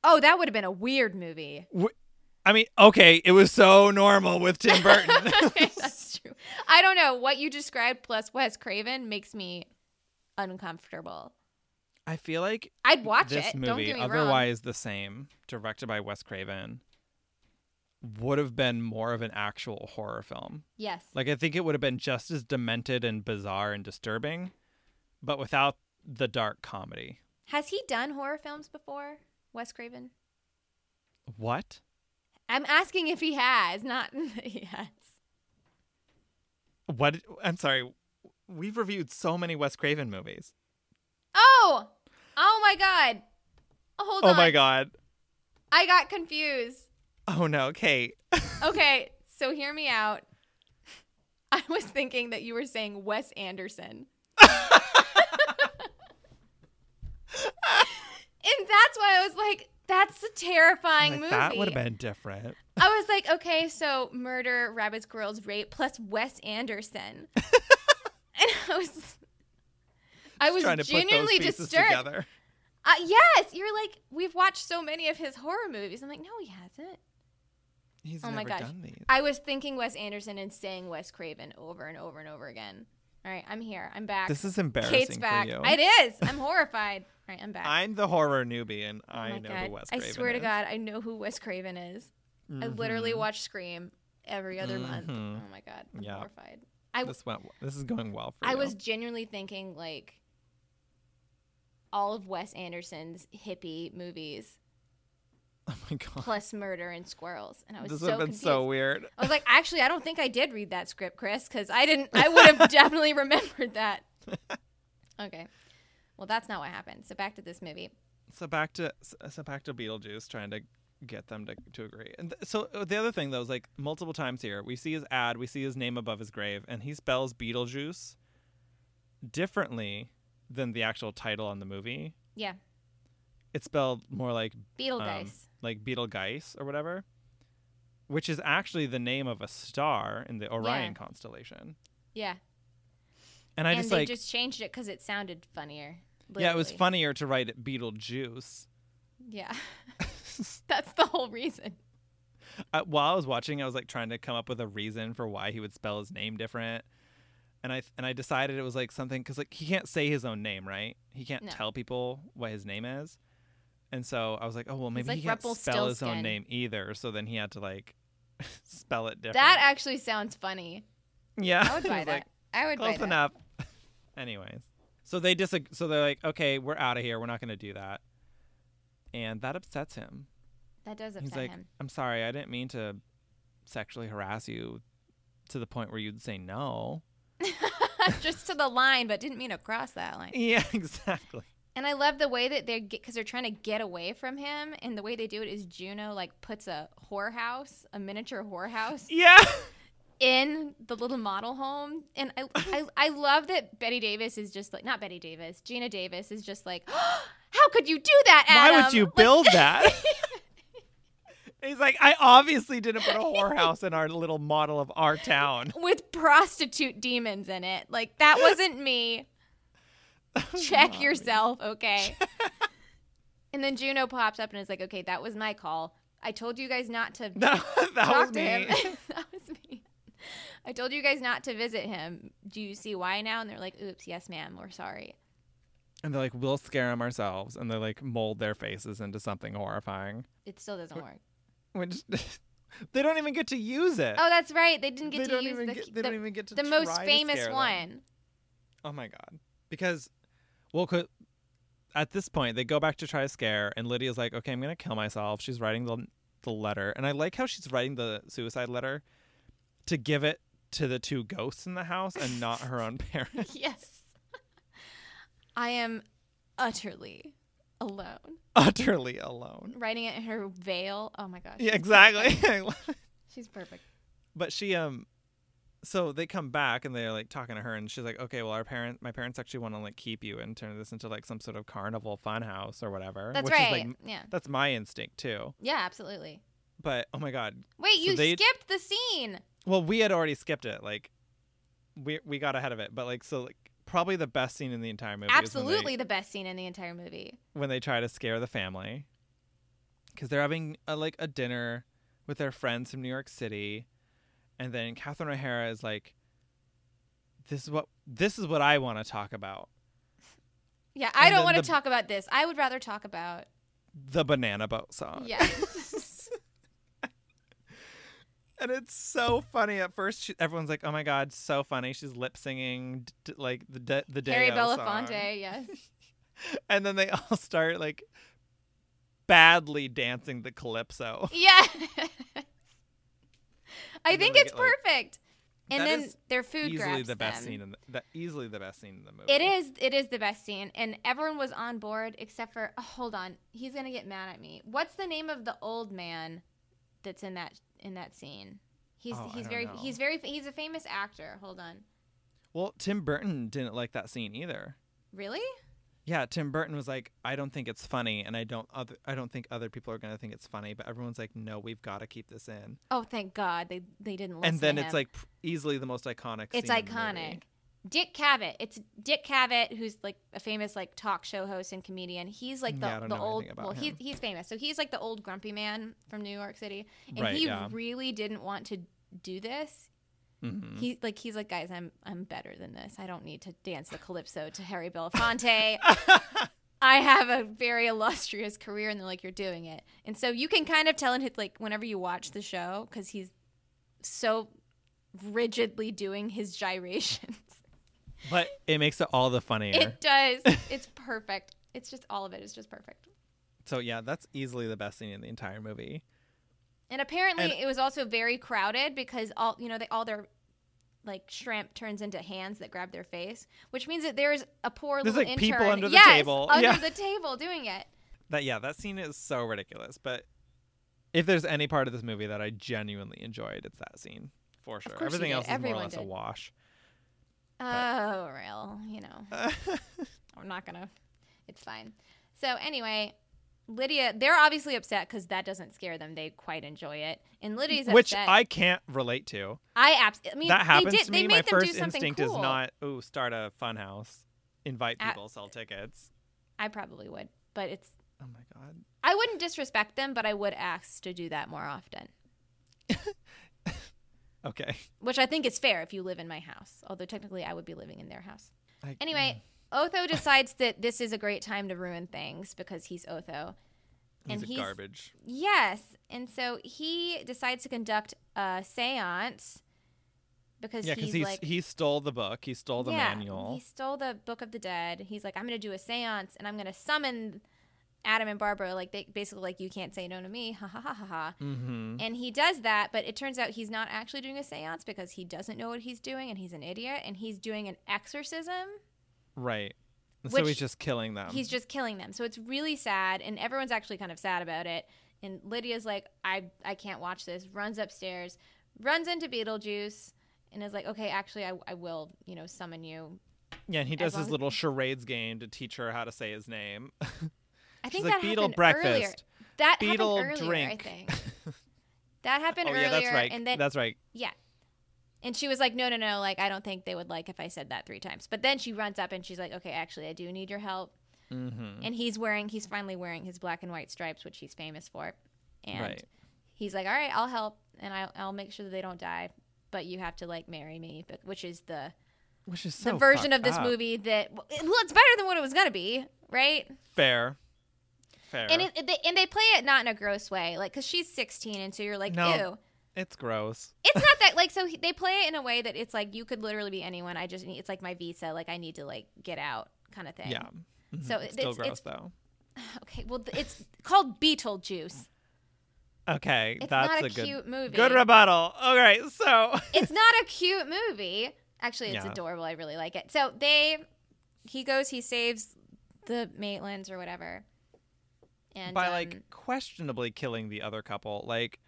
Speaker 4: Oh, that would have been a weird movie.
Speaker 3: Wh- I mean, okay, it was so normal with Tim Burton.
Speaker 4: that's true. I don't know what you described plus Wes Craven makes me uncomfortable.
Speaker 3: I feel like
Speaker 4: I'd watch
Speaker 3: this
Speaker 4: it.
Speaker 3: movie,
Speaker 4: don't get me wrong.
Speaker 3: otherwise the same, directed by Wes Craven, would have been more of an actual horror film.
Speaker 4: Yes.
Speaker 3: Like I think it would have been just as demented and bizarre and disturbing, but without the dark comedy.
Speaker 4: Has he done horror films before? Wes Craven?
Speaker 3: What?
Speaker 4: I'm asking if he has, not yes.
Speaker 3: What? I'm sorry. We've reviewed so many Wes Craven movies.
Speaker 4: Oh, oh my god! Hold
Speaker 3: oh
Speaker 4: on.
Speaker 3: my god.
Speaker 4: I got confused.
Speaker 3: Oh no, Kate.
Speaker 4: Okay, so hear me out. I was thinking that you were saying Wes Anderson. and that's why I was like, that's a terrifying
Speaker 3: Like,
Speaker 4: movie.
Speaker 3: that would have been different.
Speaker 4: I was like, okay, so murder, rabbits, girls, rape, plus Wes Anderson. and I was, I was
Speaker 3: Trying to put
Speaker 4: genuinely
Speaker 3: those pieces
Speaker 4: disturbed.
Speaker 3: together.
Speaker 4: Uh, yes, you're like, we've watched so many of his horror movies. I'm like, no, he hasn't.
Speaker 3: He's
Speaker 4: Oh
Speaker 3: never
Speaker 4: my gosh.
Speaker 3: done these.
Speaker 4: I was thinking Wes Anderson and saying Wes Craven over and over and over again. All right, I'm here. I'm back.
Speaker 3: This is embarrassing
Speaker 4: Kate's back.
Speaker 3: for you.
Speaker 4: It is. I'm horrified. All right, I'm back.
Speaker 3: I'm the horror newbie, and
Speaker 4: Oh
Speaker 3: I
Speaker 4: my
Speaker 3: know
Speaker 4: God.
Speaker 3: who Wes
Speaker 4: I
Speaker 3: Craven
Speaker 4: swear to
Speaker 3: is.
Speaker 4: God, I know who Wes Craven is. I literally watch Scream every other month.
Speaker 3: Mhm.
Speaker 4: Oh my God. I'm
Speaker 3: Yeah.
Speaker 4: horrified. I,
Speaker 3: Mm-hmm. This went. This is going well for
Speaker 4: I
Speaker 3: you.
Speaker 4: was genuinely thinking like all of Wes Anderson's hippie movies
Speaker 3: Oh my god.
Speaker 4: plus murder and squirrels, and I was
Speaker 3: This
Speaker 4: so
Speaker 3: would have been
Speaker 4: confused.
Speaker 3: so weird.
Speaker 4: I was like, actually, I don't think I did read that script, Chris, because I didn't. I would have definitely remembered that. Okay, well, that's not what happened. So back to this movie.
Speaker 3: So back to so back to Beetlejuice uh, trying to get them to, to agree. And th- so uh, the other thing though is like multiple times here we see his ad, we see his name above his grave, and he spells Beetlejuice differently than the actual title on the movie.
Speaker 4: Yeah,
Speaker 3: It's spelled more like
Speaker 4: Beetle
Speaker 3: um,
Speaker 4: Dice.
Speaker 3: like Betelgeuse or whatever, which is actually the name of a star in the Orion
Speaker 4: Yeah.
Speaker 3: constellation.
Speaker 4: Yeah,
Speaker 3: And I
Speaker 4: and
Speaker 3: just
Speaker 4: they
Speaker 3: like
Speaker 4: just changed it because it sounded funnier.
Speaker 3: yeah, it was
Speaker 4: literally.
Speaker 3: funnier to write it Beetlejuice.
Speaker 4: Yeah, that's the whole reason.
Speaker 3: I, while I was watching, I was like trying to come up with a reason for why he would spell his name different. and I and I decided it was like something because like he can't say his own name, right? He can't
Speaker 4: No.
Speaker 3: tell people what his name is, and so I was like, oh well, maybe
Speaker 4: like
Speaker 3: he can't spell his
Speaker 4: Rumpelstiltskin.
Speaker 3: own name either. So then he had to like spell it different.
Speaker 4: That actually sounds funny.
Speaker 3: yeah,
Speaker 4: I would
Speaker 3: It
Speaker 4: buy
Speaker 3: was
Speaker 4: that.
Speaker 3: like,
Speaker 4: I would buy
Speaker 3: close
Speaker 4: that.
Speaker 3: enough. Anyways, so they disag- So they're like, okay, we're out of here. We're not going to do that, and that upsets him.
Speaker 4: That does
Speaker 3: He's
Speaker 4: upset
Speaker 3: like,
Speaker 4: him.
Speaker 3: I'm sorry, I didn't mean to sexually harass you to the point where you'd say no.
Speaker 4: Just to the line, but didn't mean to cross that line.
Speaker 3: Yeah, exactly.
Speaker 4: And I love the way that they're because they're trying to get away from him, and the way they do it is Juno like puts a whorehouse, a miniature whorehouse,
Speaker 3: Yeah.
Speaker 4: in the little model home, and I I, I love that Betty Davis is just like not Betty Davis, Gina Davis is just like, how could you do that, Adam?
Speaker 3: Why would you
Speaker 4: Like,
Speaker 3: build that? He's like, I obviously didn't put a whorehouse in our little model of our town.
Speaker 4: with prostitute demons in it? Like that wasn't me. Check yourself, okay? and then Juno pops up and is like, okay, that was my call. I told you guys not to
Speaker 3: That, that
Speaker 4: talk
Speaker 3: was
Speaker 4: to
Speaker 3: me.
Speaker 4: him. that was me. I told you guys not to visit him. Do you see why now? And they're like, oops, yes, ma'am, we're sorry.
Speaker 3: And they're like, we'll scare him ourselves. And they like mold their faces into something horrifying,
Speaker 4: It still doesn't work.
Speaker 3: which they don't even get to use it.
Speaker 4: Oh, that's right. They didn't get
Speaker 3: they
Speaker 4: to
Speaker 3: don't
Speaker 4: use
Speaker 3: even
Speaker 4: the,
Speaker 3: get,
Speaker 4: the,
Speaker 3: they don't even get to
Speaker 4: the most
Speaker 3: try to
Speaker 4: famous
Speaker 3: scare them.
Speaker 4: one.
Speaker 3: Oh my god. Because well co- at this point they go back to try to scare and Lydia's like, "Okay, I'm going to kill myself." She's writing the the letter. And I like how she's writing the suicide letter to give it to the two ghosts in the house and not her own parents.
Speaker 4: Yes. I am utterly alone.
Speaker 3: Utterly alone.
Speaker 4: Writing it in her veil. Oh my gosh.
Speaker 3: Yeah, exactly.
Speaker 4: She's perfect.
Speaker 3: but she um so they come back and they're like talking to her and she's like okay well our parent my parents actually want to like keep you and turn this into like some sort of carnival fun house or whatever
Speaker 4: That's
Speaker 3: which
Speaker 4: right.
Speaker 3: is like
Speaker 4: yeah.
Speaker 3: that's my instinct too
Speaker 4: Yeah, absolutely.
Speaker 3: but oh my god
Speaker 4: Wait,
Speaker 3: So
Speaker 4: you
Speaker 3: they-
Speaker 4: skipped the scene.
Speaker 3: well we had already skipped it like we we got ahead of it but like so like probably the best scene in the entire movie is when
Speaker 4: Absolutely
Speaker 3: they,
Speaker 4: the best scene in the entire movie.
Speaker 3: when they try to scare the family because they're having a, like a dinner with their friends from new york city and then catherine o'hara is like this is what this is what i want to talk about
Speaker 4: Yeah, I
Speaker 3: And
Speaker 4: don't
Speaker 3: then
Speaker 4: want to
Speaker 3: the-
Speaker 4: talk about this. I would rather talk about
Speaker 3: the banana boat song
Speaker 4: yes.
Speaker 3: and it's so funny at first she, everyone's like oh my god so funny she's lip singing d- d- like the de- the day
Speaker 4: Harry Belafonte, yes.
Speaker 3: and then they all start like badly dancing the calypso.
Speaker 4: Yeah. I
Speaker 3: And then
Speaker 4: think
Speaker 3: we
Speaker 4: it's
Speaker 3: get, like-
Speaker 4: perfect. and
Speaker 3: That
Speaker 4: then
Speaker 3: is
Speaker 4: their food
Speaker 3: easily
Speaker 4: grabs
Speaker 3: the best
Speaker 4: them.
Speaker 3: scene in the, the easily the best scene in the movie.
Speaker 4: It is. It is the best scene, and everyone was on board except for. Oh, hold on, he's gonna get mad at me. What's the name of the old man that's in that in that scene? He's
Speaker 3: Oh, I
Speaker 4: he's
Speaker 3: don't
Speaker 4: very
Speaker 3: know.
Speaker 4: he's very he's a famous actor. Hold on,
Speaker 3: Well, Tim Burton didn't like that scene either.
Speaker 4: really?
Speaker 3: Yeah, Tim Burton was like, "I don't think it's funny, and I don't other, I don't think other people are gonna think it's funny." But everyone's like, "No, we've got to keep this in."
Speaker 4: Oh, thank God they they didn't. Listen
Speaker 3: and then
Speaker 4: to
Speaker 3: it's
Speaker 4: him.
Speaker 3: like pr- easily the most iconic.
Speaker 4: it's
Speaker 3: scene in the movie.
Speaker 4: iconic. Dick Cavett. It's Dick Cavett, who's like a famous like talk show host and comedian. He's like the,
Speaker 3: Yeah, I don't
Speaker 4: the
Speaker 3: know
Speaker 4: old
Speaker 3: anything about
Speaker 4: well, he's
Speaker 3: him.
Speaker 4: he's famous. So he's like the old grumpy man from New York City, and
Speaker 3: Right,
Speaker 4: he
Speaker 3: yeah.
Speaker 4: really didn't want to do this.
Speaker 3: Mhm.
Speaker 4: He like he's like guys, I'm I'm better than this. I don't need to dance the calypso to Harry Belafonte. I have a very illustrious career, and they're like, you're doing it. And so you can kind of tell in his like whenever you watch the show because he's so rigidly doing his gyrations.
Speaker 3: But it makes it all the funnier.
Speaker 4: It does. It's perfect. It's just all of it is just perfect.
Speaker 3: so yeah, that's easily the best scene in the entire movie.
Speaker 4: And apparently,
Speaker 3: And-
Speaker 4: it was also very crowded because all you know, they all their like shrimp turns into hands that grab their face, which means that there's a poor
Speaker 3: There's,
Speaker 4: little
Speaker 3: like,
Speaker 4: intern
Speaker 3: people under the
Speaker 4: yes,
Speaker 3: table.
Speaker 4: under
Speaker 3: Yeah.
Speaker 4: the table doing it.
Speaker 3: That yeah, that scene is so ridiculous. But if there's any part of this movie that I genuinely enjoyed, it's that scene for sure.
Speaker 4: course you
Speaker 3: Everything
Speaker 4: did.
Speaker 3: else is more
Speaker 4: Everyone
Speaker 3: or less a
Speaker 4: did.
Speaker 3: wash. Uh.
Speaker 4: Oh, real, you know, I'm not gonna. It's fine. So anyway. Lydia, they're obviously upset because that doesn't scare them. They quite enjoy it, and Lydia's
Speaker 3: Which
Speaker 4: upset.
Speaker 3: I can't relate to.
Speaker 4: I, abs- I mean,
Speaker 3: that happens
Speaker 4: they did,
Speaker 3: to
Speaker 4: They
Speaker 3: me.
Speaker 4: made
Speaker 3: My
Speaker 4: them
Speaker 3: first
Speaker 4: do something
Speaker 3: instinct
Speaker 4: cool.
Speaker 3: is not, ooh, start a fun house, invite
Speaker 4: At-
Speaker 3: people, sell tickets.
Speaker 4: I probably would, but it's
Speaker 3: Oh my god.
Speaker 4: I wouldn't disrespect them, but I would ask to do that more often.
Speaker 3: Okay.
Speaker 4: which I think is fair if you live in my house, although technically I would be living in their house.
Speaker 3: I-
Speaker 4: Anyway,
Speaker 3: Mm.
Speaker 4: Otho decides that this is a great time to ruin things because he's Otho.
Speaker 3: He's
Speaker 4: and
Speaker 3: a
Speaker 4: he's-
Speaker 3: mm, garbage.
Speaker 4: Yes. And so he decides to conduct a seance because
Speaker 3: Yeah,
Speaker 4: he's,
Speaker 3: because he
Speaker 4: like.
Speaker 3: he stole the book. He stole the
Speaker 4: yeah,
Speaker 3: manual.
Speaker 4: He stole the Book of the Dead. He's like, I'm going to do a seance and I'm going to summon Adam and Barbara. Like, they basically, like, you can't say no to me. Ha ha ha ha ha.
Speaker 3: Mm-hmm.
Speaker 4: And he does that, but it turns out he's not actually doing a seance because he doesn't know what he's doing and he's an idiot and he's doing an exorcism.
Speaker 3: Right. And so
Speaker 4: Which-
Speaker 3: he's just killing them.
Speaker 4: he's just killing them. So it's really sad and everyone's actually kind of sad about it. And Lydia's like, I, I can't watch this, runs upstairs, runs into Beetlejuice, and is like, Okay, actually I, I will, you know, summon you.
Speaker 3: yeah, and he does
Speaker 4: long
Speaker 3: his
Speaker 4: as-
Speaker 3: little charades game to teach her how to say his name.
Speaker 4: I
Speaker 3: She's
Speaker 4: think
Speaker 3: like
Speaker 4: that
Speaker 3: beetle
Speaker 4: happened earlier.
Speaker 3: breakfast.
Speaker 4: That
Speaker 3: Beetle
Speaker 4: happened earlier,
Speaker 3: drink."
Speaker 4: I think. That happened
Speaker 3: Oh
Speaker 4: earlier
Speaker 3: yeah, that's right.
Speaker 4: and then
Speaker 3: that's right.
Speaker 4: Yeah. And she was like, no, no, no. Like, I don't think they would like if I said that three times. But then she runs up and she's like, okay, actually, I do need your help.
Speaker 3: Mm-hmm.
Speaker 4: And he's wearing, he's finally wearing his black and white stripes, which he's famous for. And
Speaker 3: Right.
Speaker 4: he's like, all right, I'll help and I'll, I'll make sure that they don't die. But you have to like marry me, but, which is the,
Speaker 3: Which is so
Speaker 4: the version
Speaker 3: fucked
Speaker 4: of this
Speaker 3: Oh, up.
Speaker 4: movie that, well, it's better than what it was going to be, right?
Speaker 3: Fair. Fair.
Speaker 4: And, it, it- they, and they play it not in a gross way, like, because she's 16. And so you're like,
Speaker 3: No.
Speaker 4: ew.
Speaker 3: it's gross.
Speaker 4: it's not that like so he- they play it in a way that it's like you could literally be anyone i just need it's like my visa like i need to like get out kind of thing
Speaker 3: Yeah. Mhm.
Speaker 4: So
Speaker 3: it's
Speaker 4: it-
Speaker 3: still
Speaker 4: Eh, it's-
Speaker 3: gross
Speaker 4: it's-
Speaker 3: though.
Speaker 4: okay well th- it's called beetlejuice
Speaker 3: Okay,
Speaker 4: it's
Speaker 3: that's
Speaker 4: not a,
Speaker 3: good
Speaker 4: cute movie
Speaker 3: good rebuttal. All right, so
Speaker 4: it's not a cute movie actually it's
Speaker 3: Yeah.
Speaker 4: adorable i really like it so they he goes he saves the maitlands or whatever and
Speaker 3: by
Speaker 4: um,
Speaker 3: like questionably killing the other couple, like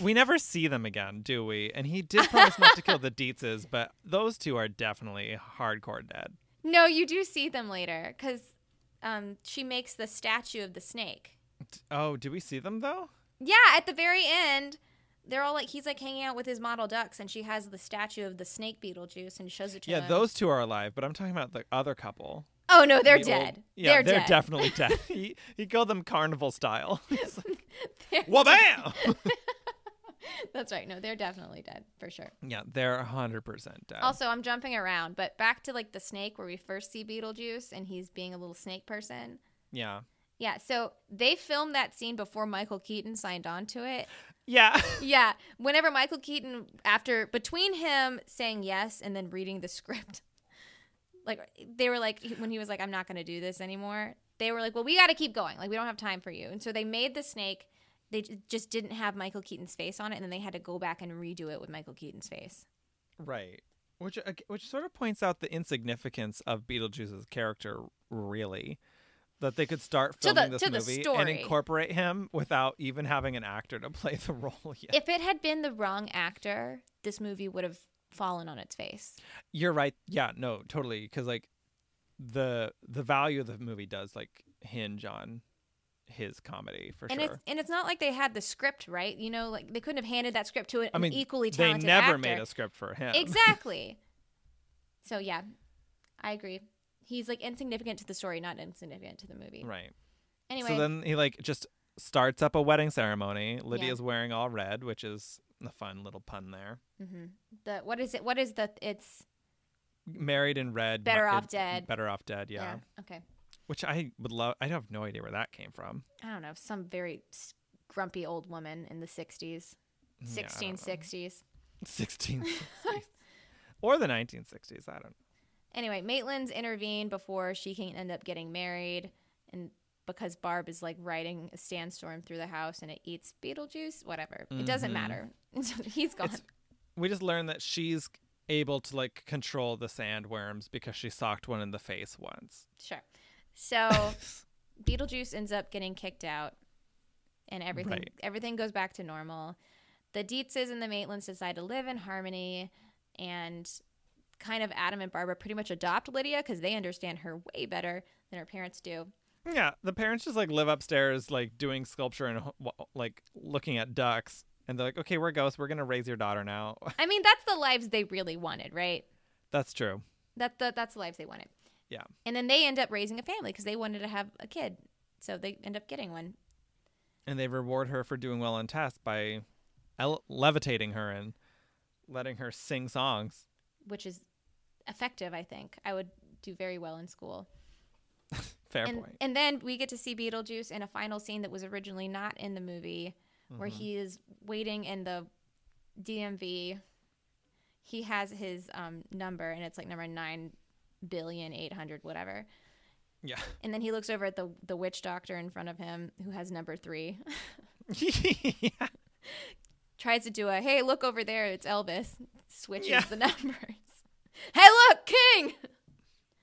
Speaker 3: we never see them again, do we? And he did promise not to kill the Dietzes, but those two are definitely hardcore dead.
Speaker 4: um, no you do see them later because um, she makes the statue of the snake
Speaker 3: Oh, do we see them though?
Speaker 4: Yeah, at the very end, they're all like he's like hanging out with his model ducks, and she has the statue of the snake Beetlejuice and shows it to
Speaker 3: Yeah,
Speaker 4: him.
Speaker 3: those two are alive, but I'm talking about the other couple.
Speaker 4: Oh no, they're
Speaker 3: The old-
Speaker 4: dead.
Speaker 3: yeah,
Speaker 4: they're,
Speaker 3: they're,
Speaker 4: dead.
Speaker 3: definitely dead. he, he killed them carnival style. He's like, well, bam!
Speaker 4: That's right. No, they're definitely dead for sure.
Speaker 3: yeah, they're 100% dead.
Speaker 4: Also, I'm jumping around, but back to like the snake where we first see Beetlejuice, and he's being a little snake person.
Speaker 3: yeah.
Speaker 4: Yeah, so they filmed that scene before Michael Keaton signed on to it.
Speaker 3: Yeah.
Speaker 4: Yeah, whenever Michael Keaton, after between him saying yes and then reading the script, like they were like, when he was like, I'm not going to do this anymore, they were like, well, we got to keep going. Like, we don't have time for you. And so they made the snake. They j- just didn't have Michael Keaton's face on it. And then they had to go back and redo it with Michael Keaton's face.
Speaker 3: Right. Which ag- which sort of points out the insignificance of Beetlejuice's character, really, that they could start
Speaker 4: To the-
Speaker 3: filming this
Speaker 4: to the
Speaker 3: movie and
Speaker 4: story.
Speaker 3: incorporate him without even having an actor to play the role yet.
Speaker 4: If it had been the wrong actor, this movie would have fallen on its face.
Speaker 3: You're right. Yeah. No. Totally. Because like the the value of the movie does like hinge on his comedy for
Speaker 4: And
Speaker 3: sure.
Speaker 4: it's and it's not like they had the script, right? You know, like they couldn't have handed that script to an
Speaker 3: I mean,
Speaker 4: equally
Speaker 3: they
Speaker 4: talented
Speaker 3: never
Speaker 4: actor.
Speaker 3: made a script for him.
Speaker 4: Exactly. so yeah, I agree. He's like insignificant to the story, not insignificant to the movie.
Speaker 3: Right.
Speaker 4: Anyway,
Speaker 3: So then he like just starts up a wedding ceremony. Lydia's wearing all red, which is a fun little pun there.
Speaker 4: mm-hmm. the what is it? What is the? It's
Speaker 3: Married in Red.
Speaker 4: Better
Speaker 3: mi-
Speaker 4: Off
Speaker 3: it-
Speaker 4: Dead.
Speaker 3: Better Off Dead, yeah.
Speaker 4: yeah. Okay.
Speaker 3: Which I would love. I have no idea where that came from.
Speaker 4: I don't know. Some very s- grumpy old woman in the '60s,
Speaker 3: Yeah, I don't know.
Speaker 4: 1660s.
Speaker 3: 1660s. or the 1960s. I don't know.
Speaker 4: Anyway, Maitland's intervened before she can end up getting married, and because Barb is like riding a sandstorm through the house and it eats Beetlejuice, whatever. It doesn't matter.
Speaker 3: Mm-hmm.
Speaker 4: He's gone.
Speaker 3: We just learned that she's able to like control the sandworms because she socked one in the face once.
Speaker 4: Sure. So Beetlejuice ends up getting kicked out and everything
Speaker 3: Right.
Speaker 4: everything goes back to normal. The Dietzes and the Maitlands decide to live in harmony and kind of Adam and Barbara pretty much adopt Lydia because they understand her way better than her parents do.
Speaker 3: Yeah, the parents just like live upstairs, like doing sculpture and wh- like looking at ducks. And they're like, okay, we're ghosts. We're going to raise your daughter now.
Speaker 4: I mean, that's the lives they really wanted, right?
Speaker 3: That's true.
Speaker 4: That the, that's the lives they wanted.
Speaker 3: Yeah.
Speaker 4: And then they end up raising a family because they wanted to have a kid. So they end up getting one.
Speaker 3: And they reward her for doing well on tests by ele- levitating her and letting her sing songs.
Speaker 4: which is effective, I think. I would do very well in school.
Speaker 3: Fair
Speaker 4: and,
Speaker 3: point.
Speaker 4: and then we get to see Beetlejuice in a final scene that was originally not in the movie, where
Speaker 3: Mm-hmm.
Speaker 4: he is waiting in the DMV. He has his um, number, and it's like number nine billion eight hundred whatever.
Speaker 3: Yeah.
Speaker 4: And then he looks over at the the witch doctor in front of him, who has number three.
Speaker 3: yeah.
Speaker 4: Tries to do a hey, look over there, it's Elvis. Switches
Speaker 3: Yeah.
Speaker 4: the numbers. hey, look, King.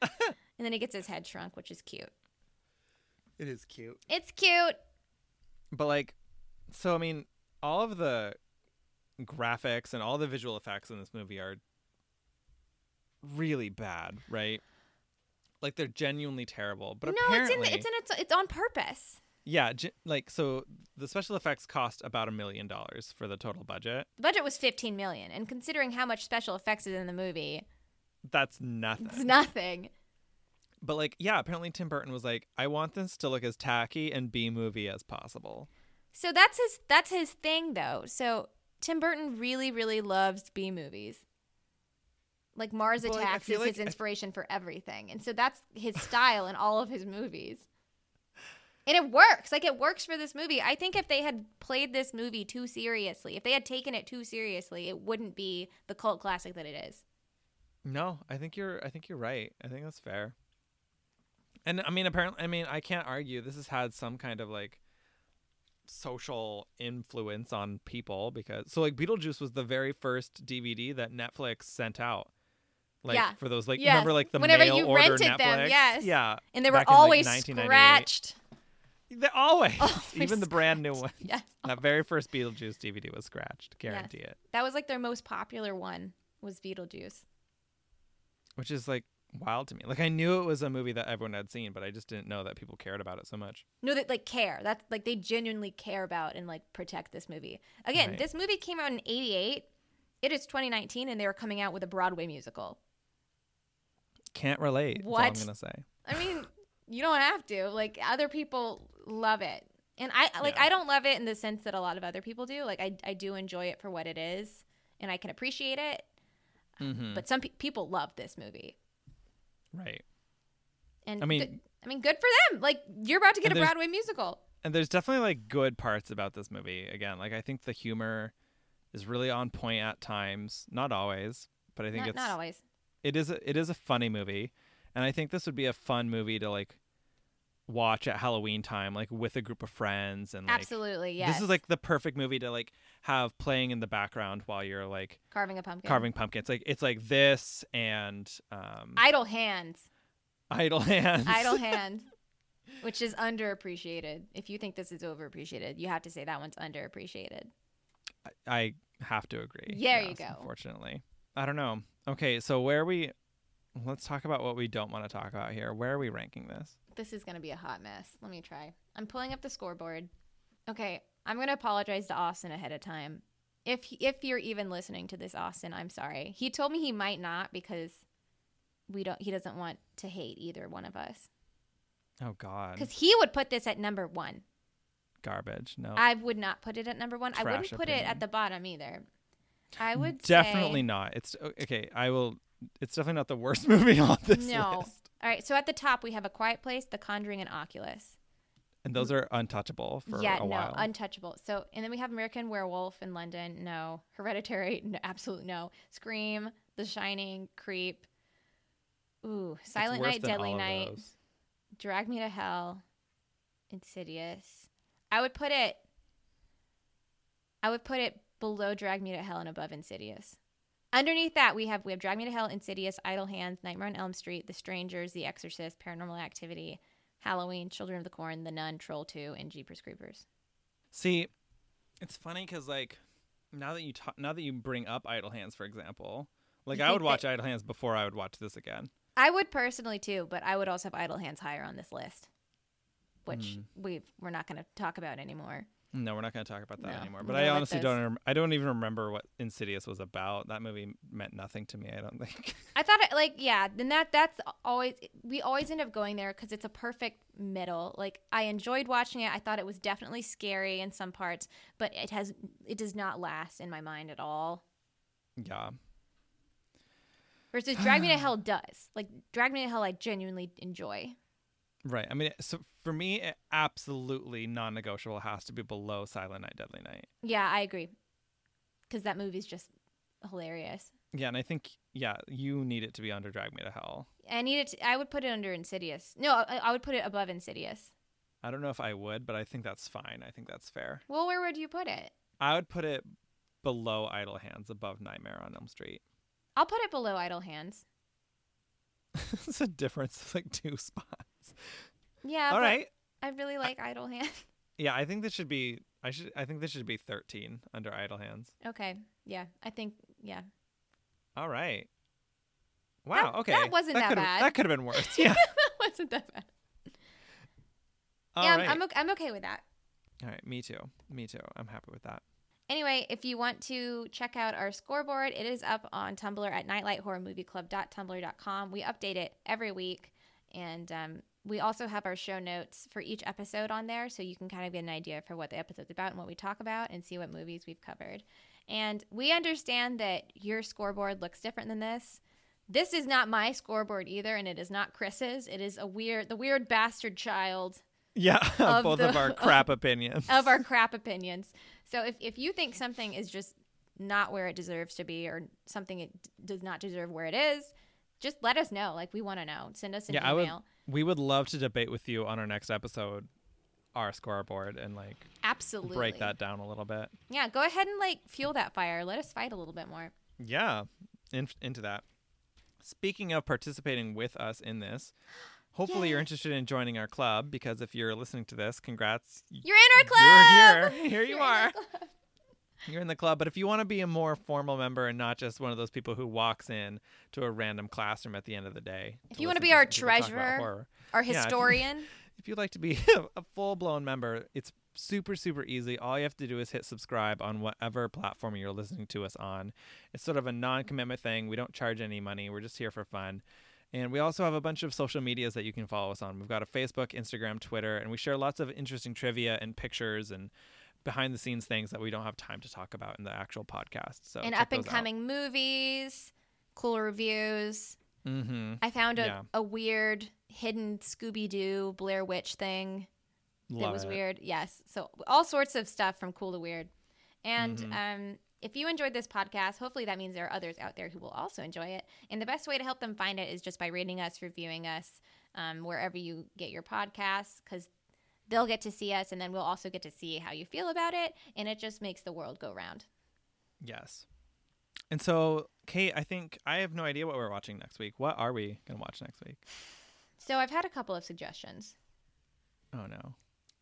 Speaker 4: and then he gets his head shrunk, which is cute.
Speaker 3: It is cute.
Speaker 4: It's cute.
Speaker 3: But like so I mean, all of the graphics and all the visual effects in this movie are really bad, right? Like they're genuinely terrible. But
Speaker 4: no, it's
Speaker 3: apparently
Speaker 4: in the, it's in it's, it's on purpose.
Speaker 3: Yeah, ge- like so the special effects cost about a million dollars for the total budget.
Speaker 4: The budget was 15 million, and considering how much special effects is in the movie,
Speaker 3: That's nothing.
Speaker 4: it's nothing.
Speaker 3: but like yeah, apparently Tim Burton was like, "I want this to look as tacky and B movie as possible."
Speaker 4: So that's his that's his thing though. So Tim Burton really really loves B movies. Like Mars
Speaker 3: Well, like, I
Speaker 4: Attacks
Speaker 3: feel
Speaker 4: is
Speaker 3: like-
Speaker 4: his inspiration for everything, and so that's his style in all of his movies. And it works. Like it works for this movie. I think if they had played this movie too seriously, if they had taken it too seriously, it wouldn't be the cult classic that it is.
Speaker 3: No, I think you're I think you're right. I think that's fair. And I mean apparently I mean I can't argue this has had some kind of like social influence on people because so like Beetlejuice was the very first DVD that Netflix sent out. Like
Speaker 4: Yeah.
Speaker 3: for those like
Speaker 4: Yes.
Speaker 3: remember like the
Speaker 4: Whenever
Speaker 3: mail
Speaker 4: you
Speaker 3: order
Speaker 4: rented them,
Speaker 3: Netflix.
Speaker 4: yes.
Speaker 3: Yeah.
Speaker 4: And they were
Speaker 3: back in, like,
Speaker 4: always
Speaker 3: 1998.
Speaker 4: scratched.
Speaker 3: They always,
Speaker 4: Always
Speaker 3: even the brand new one.
Speaker 4: Yes.
Speaker 3: That very first Beetlejuice DVD was scratched, guarantee it.
Speaker 4: That was like their most popular one was Beetlejuice.
Speaker 3: Which is like wild to me. Like I knew it was a movie that everyone had seen, but I just didn't know that people cared about it so much.
Speaker 4: No, that like care. That's like they genuinely care about and like protect this movie. Again,
Speaker 3: Right.
Speaker 4: this movie came out in '88. It is 2019, and they are coming out with a Broadway musical.
Speaker 3: Can't relate. is all
Speaker 4: What?
Speaker 3: I'm gonna say.
Speaker 4: I mean, you don't have to. Like other people love it, and I like
Speaker 3: Yeah.
Speaker 4: I don't love it in the sense that a lot of other people do. Like I I do enjoy it for what it is, and I can appreciate it.
Speaker 3: Mhm.
Speaker 4: But some pe- people love this movie,
Speaker 3: Right.
Speaker 4: and
Speaker 3: I mean-
Speaker 4: good- I mean, good for them. Like you're about to get
Speaker 3: And
Speaker 4: a
Speaker 3: there's-
Speaker 4: Broadway musical.
Speaker 3: And there's definitely like good parts about this movie. Again, like I think the humor is really on point at times. Not always, but I think
Speaker 4: Not,
Speaker 3: it's
Speaker 4: not always.
Speaker 3: it is a, it is a funny movie, and I think this would be a fun movie to like watch at Halloween time, like with a group of friends and like
Speaker 4: Absolutely, yes.
Speaker 3: This is like the perfect movie to like have playing in the background while you're like
Speaker 4: carving a pumpkin.
Speaker 3: carving pumpkins. Like it's like this and um
Speaker 4: idle hands.
Speaker 3: idle hands.
Speaker 4: Idle hand, which is underappreciated. If you think this is overappreciated, you have to say that one's underappreciated.
Speaker 3: I have to agree.
Speaker 4: There you go.
Speaker 3: Unfortunately, I don't know. Okay, so where are we? Let's talk about what we don't want to talk about here. Where are we ranking this?
Speaker 4: This is going to be a hot mess. Let me try. I'm pulling up the scoreboard. Okay, I'm going to apologize to Austin ahead of time. If if you're even listening to this Austin, I'm sorry. He told me he might not because we don't he doesn't want to hate either one of us
Speaker 3: Oh God,
Speaker 4: cuz he would put this at number 1.
Speaker 3: garbage. No,
Speaker 4: I would not put it at number 1. I wouldn't
Speaker 3: Oh. Trash
Speaker 4: put it
Speaker 3: opinion.
Speaker 4: at the bottom either. I would say-
Speaker 3: definitely not. It's okay. I will. It's definitely not the worst movie on this
Speaker 4: No.
Speaker 3: list.
Speaker 4: All right, so at the top we have A Quiet Place, The Conjuring, and Oculus.
Speaker 3: And those are untouchable for
Speaker 4: yeah,
Speaker 3: a
Speaker 4: no,
Speaker 3: while.
Speaker 4: untouchable. So, and then we have American Werewolf in London. No, Hereditary. No, absolute no. Scream, The Shining, Creep. Ooh,
Speaker 3: It's
Speaker 4: Silent
Speaker 3: worse
Speaker 4: Night,
Speaker 3: than
Speaker 4: Deadly
Speaker 3: all of
Speaker 4: Night,
Speaker 3: those.
Speaker 4: Drag Me to Hell, Insidious. I would put it. I would put it below Drag Me to Hell and above Insidious. Underneath that, we have we have Drag Me to Hell, Insidious, Idle Hands, Nightmare on Elm Street, The Strangers, The Exorcist, Paranormal Activity, Halloween, Children of the Corn, The Nun, Troll Two, and Jeepers Creepers.
Speaker 3: See, it's funny because like now that you ta- now that you bring up Idle Hands, for example, like
Speaker 4: You
Speaker 3: I
Speaker 4: think
Speaker 3: would watch
Speaker 4: that-
Speaker 3: Idle Hands before I would watch this again.
Speaker 4: I would personally too, but I would also have Idle Hands higher on this list, which we we're not going to talk about anymore.
Speaker 3: No, we're not going to talk about that
Speaker 4: No,
Speaker 3: anymore.
Speaker 4: we're
Speaker 3: But
Speaker 4: gonna
Speaker 3: I
Speaker 4: let
Speaker 3: honestly
Speaker 4: those-
Speaker 3: don't. Rem- I don't even remember what Insidious was about. That movie meant nothing to me. I don't think.
Speaker 4: I thought it like yeah, then that that's always we always end up going there because it's a perfect middle. Like I enjoyed watching it. I thought it was definitely scary in some parts, but it has it does not last in my mind at all.
Speaker 3: Yeah.
Speaker 4: Versus Drag Me to Hell does. Like Drag Me to Hell I genuinely enjoy.
Speaker 3: Right. I mean, so for me, it absolutely non-negotiable has to be below Silent Night, Deadly Night.
Speaker 4: Yeah, I agree. Cuz that movie's just hilarious.
Speaker 3: Yeah, and I think yeah, you need it to be under Drag Me to Hell.
Speaker 4: I need it to, I would put it under Insidious. No, I, I would put it above Insidious.
Speaker 3: I don't know if I would, but I think that's fine. I think that's fair.
Speaker 4: Well, where would you put it?
Speaker 3: I would put it below Idle Hands, above Nightmare on Elm Street.
Speaker 4: I'll put it below Idle Hands.
Speaker 3: it's a difference of like two spots.
Speaker 4: Yeah.
Speaker 3: All
Speaker 4: Uh, but
Speaker 3: right.
Speaker 4: I really like Idle Hands.
Speaker 3: Yeah, I think this should be. I should. I think this should be 13 under Idle Hands.
Speaker 4: Okay. Yeah. I think yeah.
Speaker 3: All right. Wow.
Speaker 4: That-
Speaker 3: okay.
Speaker 4: that wasn't that
Speaker 3: could've-
Speaker 4: bad.
Speaker 3: That could have been worse. Yeah.
Speaker 4: Wasn't that bad?
Speaker 3: All
Speaker 4: yeah,
Speaker 3: right.
Speaker 4: I'm, I'm, okay, I'm okay with that.
Speaker 3: All right. Me too. Me too. I'm happy with that.
Speaker 4: Anyway, if you want to check out our scoreboard, it is up on Tumblr at nightlighthorrormovieclub.tumblr.com. We update it every week, and um, we also have our show notes for each episode on there, so you can kind of get an idea for what the episode's about and what we talk about, and see what movies we've covered. And we understand that your scoreboard looks different than this. This is not my scoreboard either, and it is not Chris's. It is a weird, the weird bastard child
Speaker 3: Yeah.
Speaker 4: Of
Speaker 3: both
Speaker 4: the-
Speaker 3: of our crap opinions.
Speaker 4: of our crap opinions. So if, if you think something is just not where it deserves to be or something it d- does not deserve where it is, just let us know. Like we want to know. Send us an
Speaker 3: yeah. I would.
Speaker 4: email.
Speaker 3: We would love to debate with you on our next episode, our scoreboard, and like
Speaker 4: Absolutely.
Speaker 3: break that down a little bit.
Speaker 4: Yeah, go ahead and like fuel that fire. Let us fight a little bit more.
Speaker 3: Yeah, in, into that. Speaking of participating with us in this, hopefully you're interested in joining our club because if you're listening to this, congrats. y-
Speaker 4: You're in our club.
Speaker 3: You're here. Here you
Speaker 4: You're in our
Speaker 3: are. You're in the club. But if you want to be a more formal member and not just one of those people who walks in to a random classroom at the end of the day,
Speaker 4: If you wanna
Speaker 3: listen
Speaker 4: be our
Speaker 3: some people talk about
Speaker 4: treasurer,
Speaker 3: horror,
Speaker 4: Our
Speaker 3: Yeah, if you-
Speaker 4: historian.
Speaker 3: if you'd like to be a full blown member, it's super, super easy. All you have to do is hit subscribe on whatever platform you're listening to us on. It's sort of a non commitment thing. We don't charge any money, we're just here for fun. And we also have a bunch of social medias that you can follow us on. We've got a Facebook, Instagram, Twitter, and we share lots of interesting trivia and pictures and behind the scenes things that we don't have time to talk about in the actual podcast. So
Speaker 4: and
Speaker 3: check
Speaker 4: up and
Speaker 3: those out.
Speaker 4: coming movies, cool reviews.
Speaker 3: Mhm.
Speaker 4: I found a,
Speaker 3: Yeah.
Speaker 4: a weird hidden Scooby Doo Blair Witch thing. that
Speaker 3: Love
Speaker 4: was
Speaker 3: it.
Speaker 4: weird. Yes. So all sorts of stuff from cool to weird. And
Speaker 3: Mm-hmm.
Speaker 4: um, if you enjoyed this podcast, hopefully that means there are others out there who will also enjoy it. And the best way to help them find it is just by rating us, reviewing us, um, wherever you get your podcasts, because they'll get to see us and then we'll also get to see how you feel about it. And it just makes the world go round.
Speaker 3: Yes. And so, Kate, I think I have no idea what we're watching next week. What are we going to watch next week?
Speaker 4: So I've had a couple of suggestions.
Speaker 3: Oh no.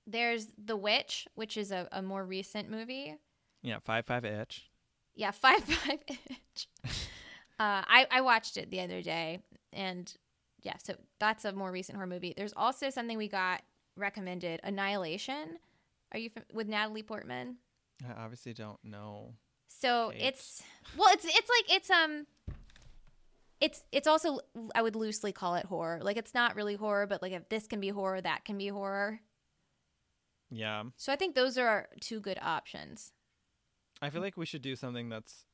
Speaker 4: There's The Witch, which is a, a more recent movie.
Speaker 3: Yeah, five five itch.
Speaker 4: Yeah, five five inch. uh, I I watched it the other day, and yeah, so that's a more recent horror movie. There's also something we got recommended, Annihilation. Are you fam- with Natalie Portman?
Speaker 3: I obviously don't know.
Speaker 4: So
Speaker 3: Okay.
Speaker 4: it's well, it's it's like it's um, it's it's also I would loosely call it horror. Like it's not really horror, but like if this can be horror, that can be horror.
Speaker 3: Yeah,
Speaker 4: So I think those are our two good options.
Speaker 3: I feel like we should do something that's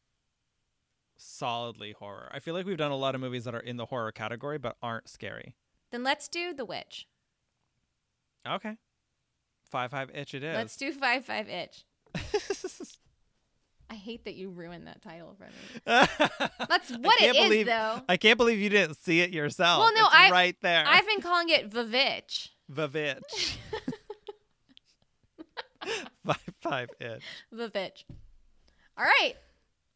Speaker 3: solidly horror. I feel like we've done a lot of movies that are in the horror category but aren't scary.
Speaker 4: Then let's do The Witch.
Speaker 3: Okay. Five five itch it is.
Speaker 4: Let's do five five itch. I hate that you ruined that title for me. That's what it
Speaker 3: can't
Speaker 4: is,
Speaker 3: believe-
Speaker 4: though.
Speaker 3: I can't believe you didn't see it yourself.
Speaker 4: Well, no,
Speaker 3: It's
Speaker 4: I-
Speaker 3: right there.
Speaker 4: I've been calling it Vavitch.
Speaker 3: Vavitch. five five itch.
Speaker 4: Vavitch. All right.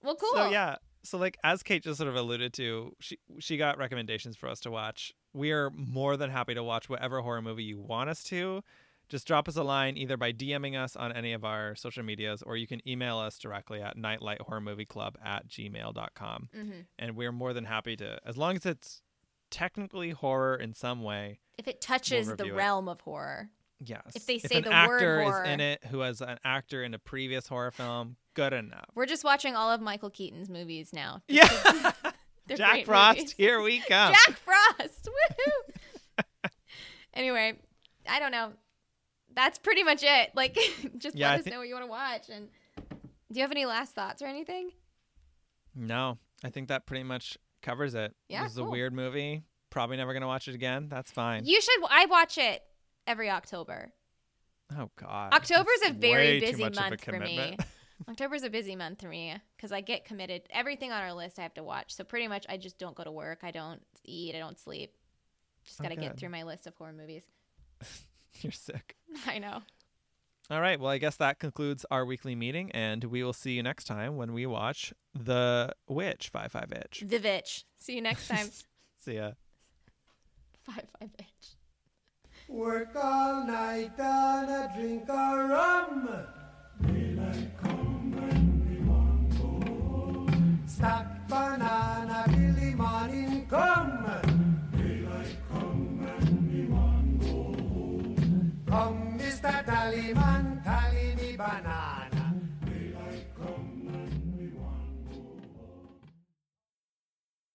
Speaker 4: Well, cool.
Speaker 3: So yeah, so like as Kate just sort of alluded to, she she got recommendations for us to watch. We are more than happy to watch whatever horror movie you want us to. Just drop us a line either by DMing us on any of our social medias or you can email us directly at nightlighthorrormovieclub at gmail.com.
Speaker 4: Mhm.
Speaker 3: And we're more than happy to, as long as it's technically horror in some way.
Speaker 4: If it touches
Speaker 3: We'll
Speaker 4: the
Speaker 3: review it.
Speaker 4: realm of horror,
Speaker 3: Yes.
Speaker 4: If they say
Speaker 3: an
Speaker 4: the word
Speaker 3: actor
Speaker 4: horror.
Speaker 3: is in it who was an actor in a previous horror film, good enough.
Speaker 4: we're just watching all of Michael Keaton's movies now.
Speaker 3: Yeah.
Speaker 4: They're
Speaker 3: Jack
Speaker 4: great
Speaker 3: Frost,
Speaker 4: movies.
Speaker 3: here we come.
Speaker 4: Jack Frost. Woohoo. anyway, I don't know. That's pretty much it. Like, just
Speaker 3: Yeah,
Speaker 4: let
Speaker 3: I
Speaker 4: us
Speaker 3: thi-
Speaker 4: know what you want to watch. And do you have any last thoughts or anything?
Speaker 3: No, I think that pretty much covers it.
Speaker 4: Yeah,
Speaker 3: this is
Speaker 4: cool.
Speaker 3: a weird movie. Probably never gonna watch it again. That's fine.
Speaker 4: You should. I watch it every October.
Speaker 3: oh God,
Speaker 4: October's
Speaker 3: That's
Speaker 4: a very
Speaker 3: way too
Speaker 4: busy
Speaker 3: much of a
Speaker 4: month for me.
Speaker 3: commitment.
Speaker 4: October's a busy month for me because I get committed. Everything on our list I have to watch. So pretty much I just don't go to work. I don't eat. I don't sleep. Just
Speaker 3: Oh,
Speaker 4: got to get
Speaker 3: good.
Speaker 4: through my list of horror movies.
Speaker 3: You're sick.
Speaker 4: I know.
Speaker 3: All right. Well, I guess that concludes our weekly meeting, and we will see you next time when we watch The Witch Five Five Itch.
Speaker 4: The bitch. See you next time.
Speaker 3: See ya.
Speaker 4: five five bitch.
Speaker 5: Work all night and a drink of rum. Daylight come and me want go home. Stack banana till the morning come. Daylight come and me want go home. Come, Mr. Tallyman, tally me banana.